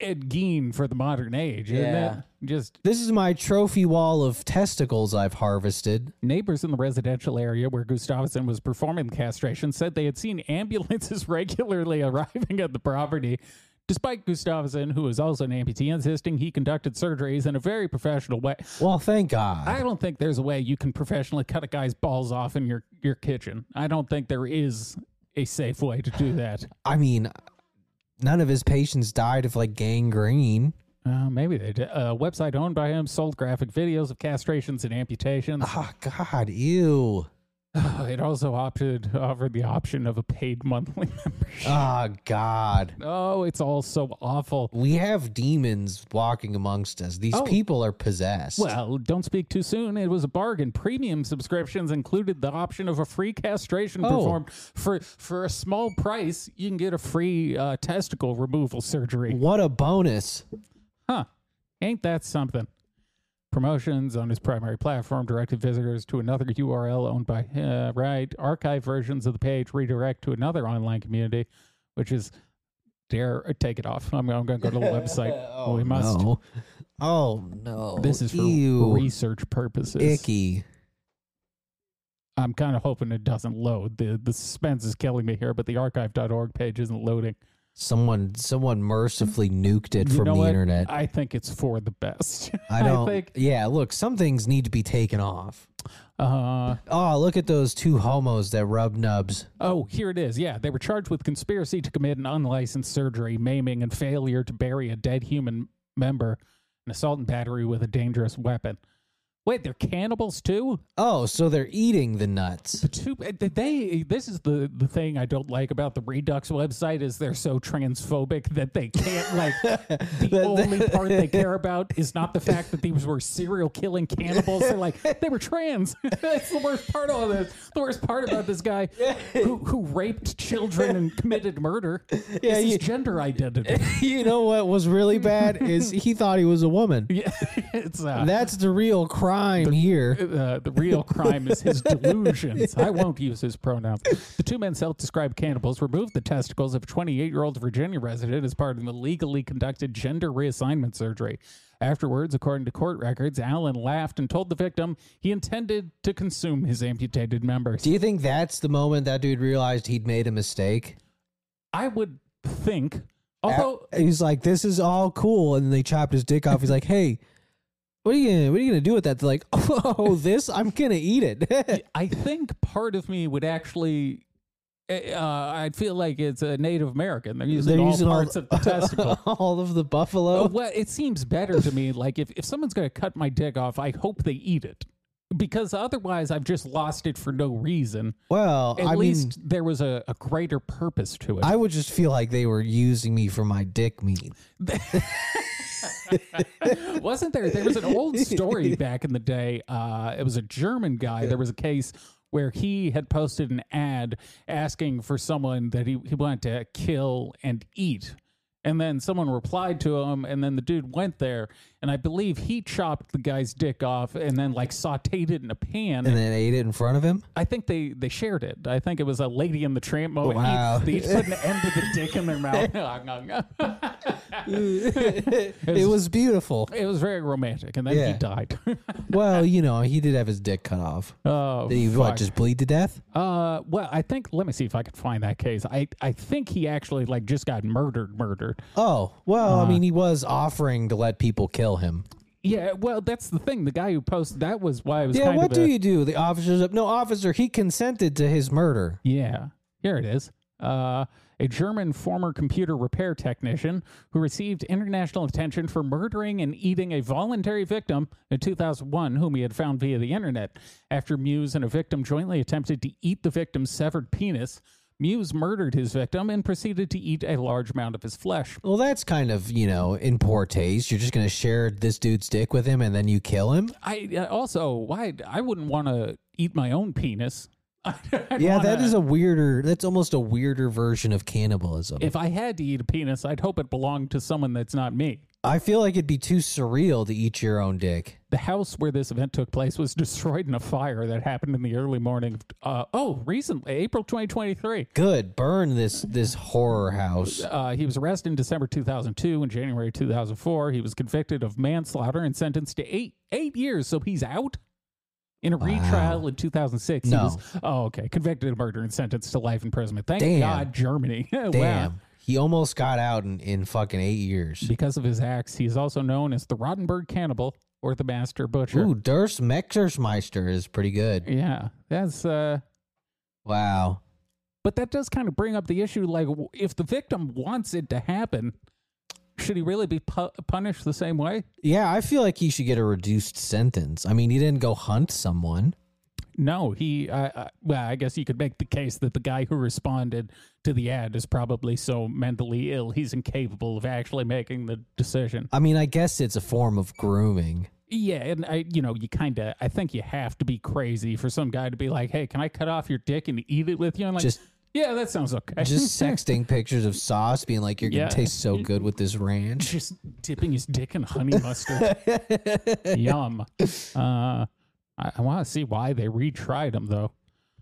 [SPEAKER 1] Ed Gein for the modern age,
[SPEAKER 2] Yeah.
[SPEAKER 1] isn't it? Just
[SPEAKER 2] This is my trophy wall of testicles I've harvested.
[SPEAKER 1] neighbors in the residential area where Gustafsson was performing the castration said they had seen ambulances regularly arriving at the property. Despite Gustafsson, who was also an amputee, insisting he conducted surgeries in a very professional way.
[SPEAKER 2] Well, thank God.
[SPEAKER 1] I don't think there's a way you can professionally cut a guy's balls off in your, your kitchen. I don't think there is a safe way to do that.
[SPEAKER 2] I mean, none of his patients died of like gangrene.
[SPEAKER 1] Uh, maybe they did. A website owned by him sold graphic videos of castrations and amputations.
[SPEAKER 2] Oh, God, ew.
[SPEAKER 1] it also opted offered the option of a paid monthly membership.
[SPEAKER 2] Oh, God.
[SPEAKER 1] Oh, it's all so awful.
[SPEAKER 2] We have demons walking amongst us. These
[SPEAKER 1] Oh.
[SPEAKER 2] people are possessed.
[SPEAKER 1] Well, don't speak too soon. It was a bargain. Premium subscriptions included the option of a free castration
[SPEAKER 2] Oh.
[SPEAKER 1] performed for for a small price. You can get a free uh, testicle removal surgery.
[SPEAKER 2] what a bonus.
[SPEAKER 1] Huh. Ain't that something? Promotions on his primary platform directed visitors to another URL owned by uh, Right. Archive versions of the page redirect to another online community, which is dare take it off. I'm, I'm going to go to the website. oh, we must.
[SPEAKER 2] No. Oh, no.
[SPEAKER 1] This is for
[SPEAKER 2] ew.
[SPEAKER 1] research purposes.
[SPEAKER 2] Icky.
[SPEAKER 1] I'm kind of hoping it doesn't load. The the suspense is killing me here, but the archive.org page isn't loading.
[SPEAKER 2] Someone, someone mercifully nuked it
[SPEAKER 1] You
[SPEAKER 2] from
[SPEAKER 1] know
[SPEAKER 2] the
[SPEAKER 1] what?
[SPEAKER 2] internet.
[SPEAKER 1] I think it's for the best.
[SPEAKER 2] I don't.
[SPEAKER 1] think.
[SPEAKER 2] yeah, look, some things need to be taken off.
[SPEAKER 1] Uh,
[SPEAKER 2] Oh, look at those two homos that rub nubs.
[SPEAKER 1] Oh, here it is. Yeah, they were charged with conspiracy to commit an unlicensed surgery, maiming, and failure to bury a dead human member, and assault and battery with a dangerous weapon. Wait, they're cannibals too?
[SPEAKER 2] Oh, so they're eating the nuts.
[SPEAKER 1] Too eh, they this is the the thing I don't like about the Redux website is they're so transphobic that they can't like the only part they care about is not the fact that these were serial killing cannibals. They're like they were trans. That's the worst part of all this. The worst part about this guy who, who raped children and committed murder
[SPEAKER 2] Yeah,
[SPEAKER 1] is
[SPEAKER 2] you-
[SPEAKER 1] his gender identity.
[SPEAKER 2] you know what was really bad is he thought he was a woman.
[SPEAKER 1] Yeah, it's uh,
[SPEAKER 2] That's the real crime here.
[SPEAKER 1] uh, the real crime is his delusions. I won't use his pronouns. The two men, self described cannibals, removed the testicles of a 28 year old Virginia resident as part of the legally conducted gender reassignment surgery. Afterwards, according to court records, Allen laughed and told the victim he intended to consume his amputated members.
[SPEAKER 2] Do you think that's the moment that dude realized he'd made a mistake?
[SPEAKER 1] I would think, although.
[SPEAKER 2] He's like, "This is all cool," and they chopped his dick off. He's like, "Hey, what are you gonna, what are you gonna do with that?" They're like, "Oh, this, I'm gonna eat it."
[SPEAKER 1] I think part of me would actually. Uh, I'd feel like it's a Native American. They're using
[SPEAKER 2] They're
[SPEAKER 1] all
[SPEAKER 2] using all
[SPEAKER 1] parts
[SPEAKER 2] the-
[SPEAKER 1] of the testicle.
[SPEAKER 2] all of the
[SPEAKER 1] Uh,
[SPEAKER 2] buffalo.
[SPEAKER 1] well, it seems better to me. Like if, if someone's going to cut my dick off, I hope they eat it because otherwise I've just lost it for no reason.
[SPEAKER 2] Well,
[SPEAKER 1] At
[SPEAKER 2] I mean,
[SPEAKER 1] least there was a, a greater purpose to it.
[SPEAKER 2] I would just feel like they were using me for my dick meat.
[SPEAKER 1] Wasn't there? There was an old story back in the day. Uh, it was a German guy. There was a case where he had posted an ad asking for someone that he, he wanted to kill and eat. And then someone replied to him, and then the dude went there, and I believe he chopped the guy's dick off and then like sauteed it in a pan.
[SPEAKER 2] and then ate it in front of him.
[SPEAKER 1] I think they they shared it. I think it was a lady in the tramp moment.
[SPEAKER 2] Wow.
[SPEAKER 1] They each put an end to the dick in their mouth.
[SPEAKER 2] It was beautiful.
[SPEAKER 1] it was very romantic, and then he
[SPEAKER 2] Yeah.
[SPEAKER 1] died.
[SPEAKER 2] Well, you know, he did have his dick cut off.
[SPEAKER 1] oh,
[SPEAKER 2] Did he
[SPEAKER 1] fuck.
[SPEAKER 2] what? Just bleed to death?
[SPEAKER 1] Uh, well, I think let me see if I can find that case. I I think he actually like just got murdered, murdered.
[SPEAKER 2] Oh, well,
[SPEAKER 1] Uh.
[SPEAKER 2] I mean, he was offering to let people kill him.
[SPEAKER 1] Yeah, well, that's the thing. The guy who posted that was why it was
[SPEAKER 2] Yeah,
[SPEAKER 1] kind
[SPEAKER 2] what
[SPEAKER 1] of
[SPEAKER 2] do
[SPEAKER 1] a-
[SPEAKER 2] you do? The officer's up. No, officer, he consented to his murder.
[SPEAKER 1] Yeah, here it is. Uh, a German former computer repair technician who received international attention for murdering and eating a voluntary victim in 2001, whom he had found via the internet. After Muse and a victim jointly attempted to eat the victim's severed penis, Muse murdered his victim and proceeded to eat a large amount of his flesh.
[SPEAKER 2] Well, that's kind of, you know, in poor taste. You're just going to share this dude's dick with him and then you kill him?
[SPEAKER 1] I uh, also, why I wouldn't want to eat my own penis. I'd
[SPEAKER 2] yeah, that
[SPEAKER 1] wanna-
[SPEAKER 2] is a weirder, that's almost a weirder version of cannibalism.
[SPEAKER 1] If I had to eat a penis, I'd hope it belonged to someone that's not me.
[SPEAKER 2] I feel like it'd be too surreal to eat your own dick.
[SPEAKER 1] The house where this event took place was destroyed in a fire that happened in the early morning. Of, uh, oh, recently, April 2023.
[SPEAKER 2] Good. Burn this this horror house.
[SPEAKER 1] Uh, he was arrested in December 2002 and January 2004. He was convicted of manslaughter and sentenced to eight eight years, so he's out. In a retrial in 2006,
[SPEAKER 2] No.
[SPEAKER 1] he was oh okay convicted of murder and sentenced to life imprisonment. Thank
[SPEAKER 2] Damn.
[SPEAKER 1] God, Germany. Oh, Wow.
[SPEAKER 2] Damn. He almost got out in, in fucking eight years.
[SPEAKER 1] Because of his acts, he is also known as the Rottenberg Cannibal or the Master Butcher.
[SPEAKER 2] Ooh, Durst Mexersmeister is pretty good.
[SPEAKER 1] Yeah, that's uh,
[SPEAKER 2] Wow.
[SPEAKER 1] But that does kind of bring up the issue like, w- if the victim wants it to happen, should he really be pu- punished the same way?
[SPEAKER 2] Yeah, I feel like he should get a reduced sentence. I mean, he didn't go hunt someone.
[SPEAKER 1] No, he, I I well, I guess you could make the case that the guy who responded to the ad is probably so mentally ill, he's incapable of actually making the decision.
[SPEAKER 2] I mean, I guess it's a form of grooming.
[SPEAKER 1] Yeah, and I, you know, you kind of, I think you have to be crazy for some guy to be like, hey, can I cut off your dick and eat it with you? And like,
[SPEAKER 2] Just-
[SPEAKER 1] yeah, that sounds okay.
[SPEAKER 2] Just sexting pictures of sauce, being like, "You're
[SPEAKER 1] Yeah.
[SPEAKER 2] gonna taste so good with this ranch."
[SPEAKER 1] just dipping his dick in honey mustard. Yum. Uh, I, I want to see why they retried him though.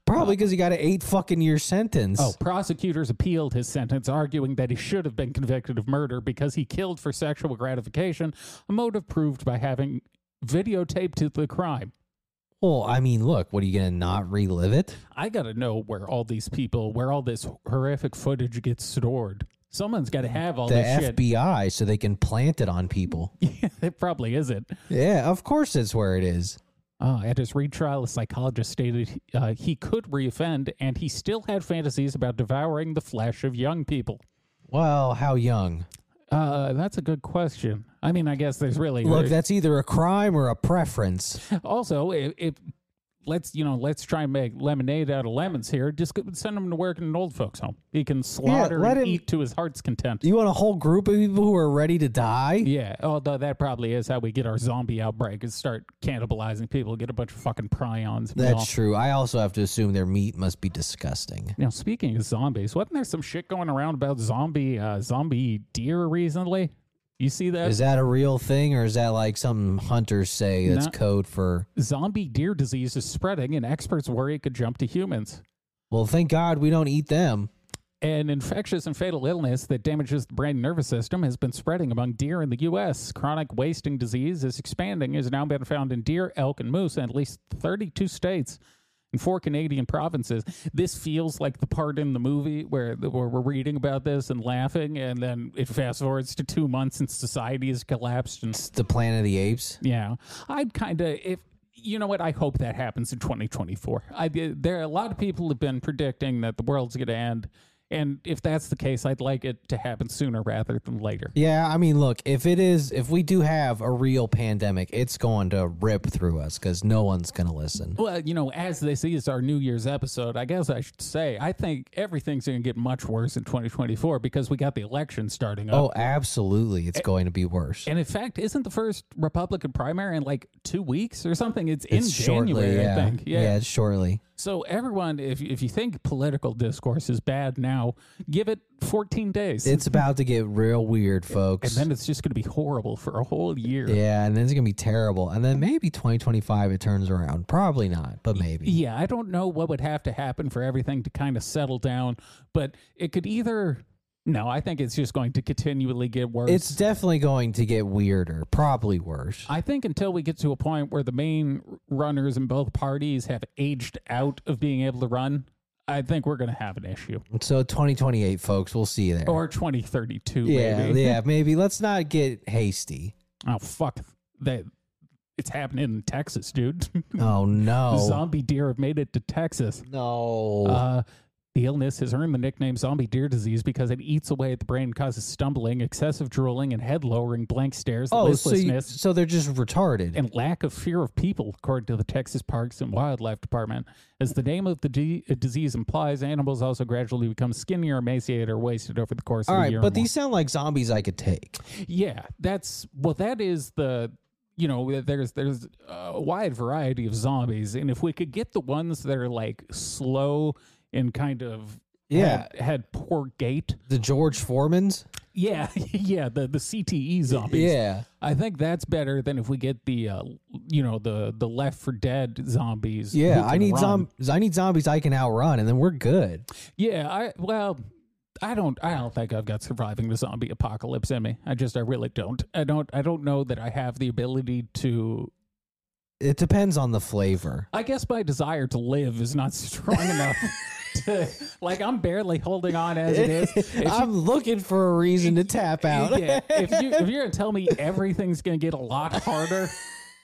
[SPEAKER 2] Probably because he got an eight fucking year sentence.
[SPEAKER 1] Oh, prosecutors appealed his sentence, arguing that he should have been convicted of murder because he killed for sexual gratification, a motive proved by having videotaped to the crime.
[SPEAKER 2] well, I mean, look, what are you gonna not relive it?
[SPEAKER 1] I got to know where all these people, where all this horrific footage gets stored. Someone's got to have all
[SPEAKER 2] the
[SPEAKER 1] this shit.
[SPEAKER 2] FBI, so they can plant it on people.
[SPEAKER 1] Yeah, it probably isn't.
[SPEAKER 2] yeah, of course, that's where it is.
[SPEAKER 1] Uh, at his retrial, a psychologist stated uh, he could reoffend, and he still had fantasies about devouring the flesh of young people.
[SPEAKER 2] Well, how young?
[SPEAKER 1] Uh, that's a good question. I mean, I guess there's really
[SPEAKER 2] Look, that's either a crime or a preference.
[SPEAKER 1] also if, if let's you know let's try and make lemonade out of lemons here. Just go- send him to work in an old folks' home. He can slaughter
[SPEAKER 2] let
[SPEAKER 1] and
[SPEAKER 2] him-
[SPEAKER 1] eat to his heart's content.
[SPEAKER 2] Do you want a whole group of people who are ready to die?
[SPEAKER 1] Yeah, although that probably is how we get our zombie outbreak is start cannibalizing people, get a bunch of fucking prions. and
[SPEAKER 2] That's
[SPEAKER 1] all.
[SPEAKER 2] true. I also have to assume their meat must be disgusting.
[SPEAKER 1] Now, speaking of zombies, wasn't there some shit going around about zombie uh, zombie deer recently? You see that
[SPEAKER 2] Is that a real thing, or is that like some hunters say that's
[SPEAKER 1] No.
[SPEAKER 2] code for?
[SPEAKER 1] zombie deer disease is spreading, and experts worry it could jump to humans.
[SPEAKER 2] Well, thank God we don't eat them.
[SPEAKER 1] An infectious and fatal illness that damages the brain and nervous system has been spreading among deer in the U.S. Chronic wasting disease is expanding, has now been found in deer, elk, and moose in at least 32 states and four Canadian provinces. This feels like the part in the movie where, where we're reading about this and laughing, and then it fast forwards to two months and society has collapsed. And
[SPEAKER 2] It's the Planet of the Apes.
[SPEAKER 1] yeah, I'd kind of if you know what I hope that happens in 2024. I there are a lot of people have been predicting that the world's going to end, and if that's the case, I'd like it to happen sooner rather than later.
[SPEAKER 2] Yeah, I mean, look, if it is, if we do have a real pandemic, it's going to rip through us because no one's going to listen.
[SPEAKER 1] Well, you know, as this is our New Year's episode, I guess I should say I think everything's going to get much worse in 2024 because we got the election starting up.
[SPEAKER 2] Oh, absolutely, it's going to be worse.
[SPEAKER 1] And in fact, isn't the first Republican primary in like two weeks or something? It's, in
[SPEAKER 2] It's
[SPEAKER 1] January,
[SPEAKER 2] yeah.
[SPEAKER 1] I think.
[SPEAKER 2] yeah, it's shortly.
[SPEAKER 1] So everyone, if if you think political discourse is bad now, give it 14 days,
[SPEAKER 2] It's about to get real weird,
[SPEAKER 1] and
[SPEAKER 2] folks.
[SPEAKER 1] then it's just going to be horrible for a whole year.
[SPEAKER 2] yeah, and then it's going to be terrible. And then maybe 2025 it turns around. Probably not, but maybe.
[SPEAKER 1] Yeah, I don't know what would have to happen for everything to kind of settle down, but it could either. No, I think it's just going to continually get worse.
[SPEAKER 2] It's definitely going to get weirder, probably worse.
[SPEAKER 1] I think until we get to a point where the main runners in both parties have aged out of being able to run, I think we're going to have an issue.
[SPEAKER 2] So 2028, folks, we'll see you there.
[SPEAKER 1] Or 2032,
[SPEAKER 2] yeah,
[SPEAKER 1] maybe.
[SPEAKER 2] yeah, maybe. Let's not get hasty.
[SPEAKER 1] Oh fuck that! It's happening in Texas, dude.
[SPEAKER 2] Oh Oh. no,
[SPEAKER 1] Zombie deer have made it to Texas.
[SPEAKER 2] no.
[SPEAKER 1] Uh, the illness has earned the nickname zombie deer disease because it eats away at the brain, and causes stumbling, excessive drooling, and head lowering, blank stares,
[SPEAKER 2] oh, so, you-
[SPEAKER 1] listlessness,
[SPEAKER 2] so they're just retarded.
[SPEAKER 1] and lack of fear of people, according to the Texas Parks and Wildlife Department. As the name of the d- disease implies, animals also gradually become skinnier, emaciated, or wasted over the course
[SPEAKER 2] All
[SPEAKER 1] of the
[SPEAKER 2] right,
[SPEAKER 1] year. or
[SPEAKER 2] but
[SPEAKER 1] more.
[SPEAKER 2] these sound like zombies I could take.
[SPEAKER 1] Yeah, that's well. That is the you know there's there's a wide variety of zombies, and if we could get the ones that are like slow and kind of
[SPEAKER 2] Yeah.
[SPEAKER 1] had, had poor gait.
[SPEAKER 2] The George Foremans.
[SPEAKER 1] Yeah, yeah. The the CTE zombies.
[SPEAKER 2] Yeah,
[SPEAKER 1] I think that's better than if we get the uh, you know the the Left for Dead zombies. who
[SPEAKER 2] yeah. I
[SPEAKER 1] can
[SPEAKER 2] need
[SPEAKER 1] run.
[SPEAKER 2] zombies. I need zombies I can outrun, and then we're good.
[SPEAKER 1] Yeah, I well, I don't I don't think I've got surviving the zombie apocalypse in me. I just I really don't. I don't I don't know that I have the ability to
[SPEAKER 2] It depends on the flavor.
[SPEAKER 1] I guess my desire to live is not strong enough to like I'm barely holding on as it is. If you-
[SPEAKER 2] I'm looking for a reason to tap out.
[SPEAKER 1] yeah, if you if you're gonna tell me everything's gonna get a lot harder,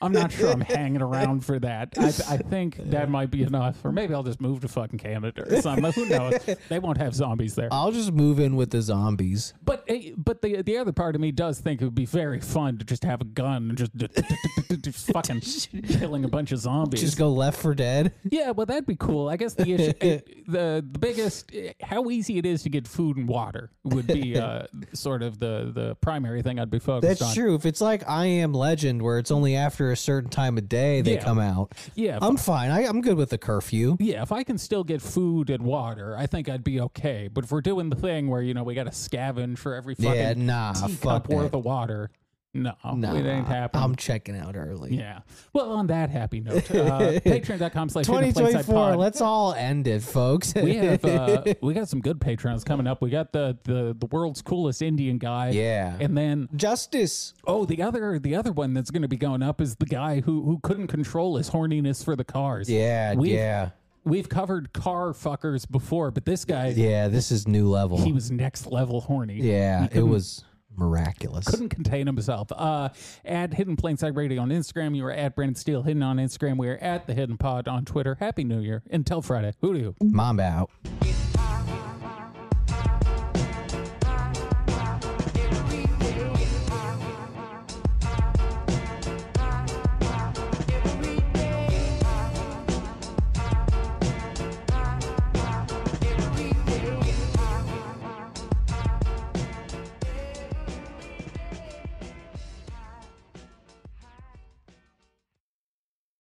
[SPEAKER 1] I'm not sure I'm hanging around for that. I, I think that might be enough, or maybe I'll just move to fucking Canada or something. Who knows? They won't have zombies there.
[SPEAKER 2] I'll just move in with the zombies.
[SPEAKER 1] But eh, but the the other part of me does think it would be very fun to just have a gun and just, just fucking killing a bunch of zombies.
[SPEAKER 2] Just go left for dead.
[SPEAKER 1] Yeah, well, that'd be cool. I guess the issue, it- the the biggest, how easy it is to get food and water would be uh, sort of the the primary thing I'd be focused
[SPEAKER 2] That's
[SPEAKER 1] on.
[SPEAKER 2] true. If it's like I Am Legend, where it's only after a certain time of day they
[SPEAKER 1] Yeah.
[SPEAKER 2] come out,
[SPEAKER 1] Yeah, if,
[SPEAKER 2] I'm fine. I, I'm good with the curfew.
[SPEAKER 1] yeah. If I can still get food and water, I think I'd be okay. But if we're doing the thing where you know we got to scavenge for every fucking
[SPEAKER 2] Yeah, nah, fuck
[SPEAKER 1] teacup
[SPEAKER 2] that.
[SPEAKER 1] worth of water, no,
[SPEAKER 2] Nah,
[SPEAKER 1] it ain't happening.
[SPEAKER 2] I'm checking out early.
[SPEAKER 1] yeah. Well, on that happy note, uh, patreon.com slash hidden playside
[SPEAKER 2] 2024.
[SPEAKER 1] pod.
[SPEAKER 2] Let's all end it, folks.
[SPEAKER 1] we have uh, we got some good patrons coming up. We got the the the world's coolest Indian guy.
[SPEAKER 2] Yeah.
[SPEAKER 1] and then
[SPEAKER 2] justice.
[SPEAKER 1] oh, the other the other one that's going to be going up is the guy who who couldn't control his horniness for the cars.
[SPEAKER 2] Yeah,
[SPEAKER 1] We've-
[SPEAKER 2] yeah,
[SPEAKER 1] we've covered car fuckers before, but this guy
[SPEAKER 2] yeah. This is new level.
[SPEAKER 1] he was next level horny.
[SPEAKER 2] yeah, it was miraculous.
[SPEAKER 1] couldn't contain himself. Uh, at Hidden Plainside Radio on Instagram, you are at Brandon Steele Hidden on Instagram. We are at the Hidden Pod on Twitter. Happy New Year until Friday. Hoodoo.
[SPEAKER 2] Mom out.
[SPEAKER 5] He's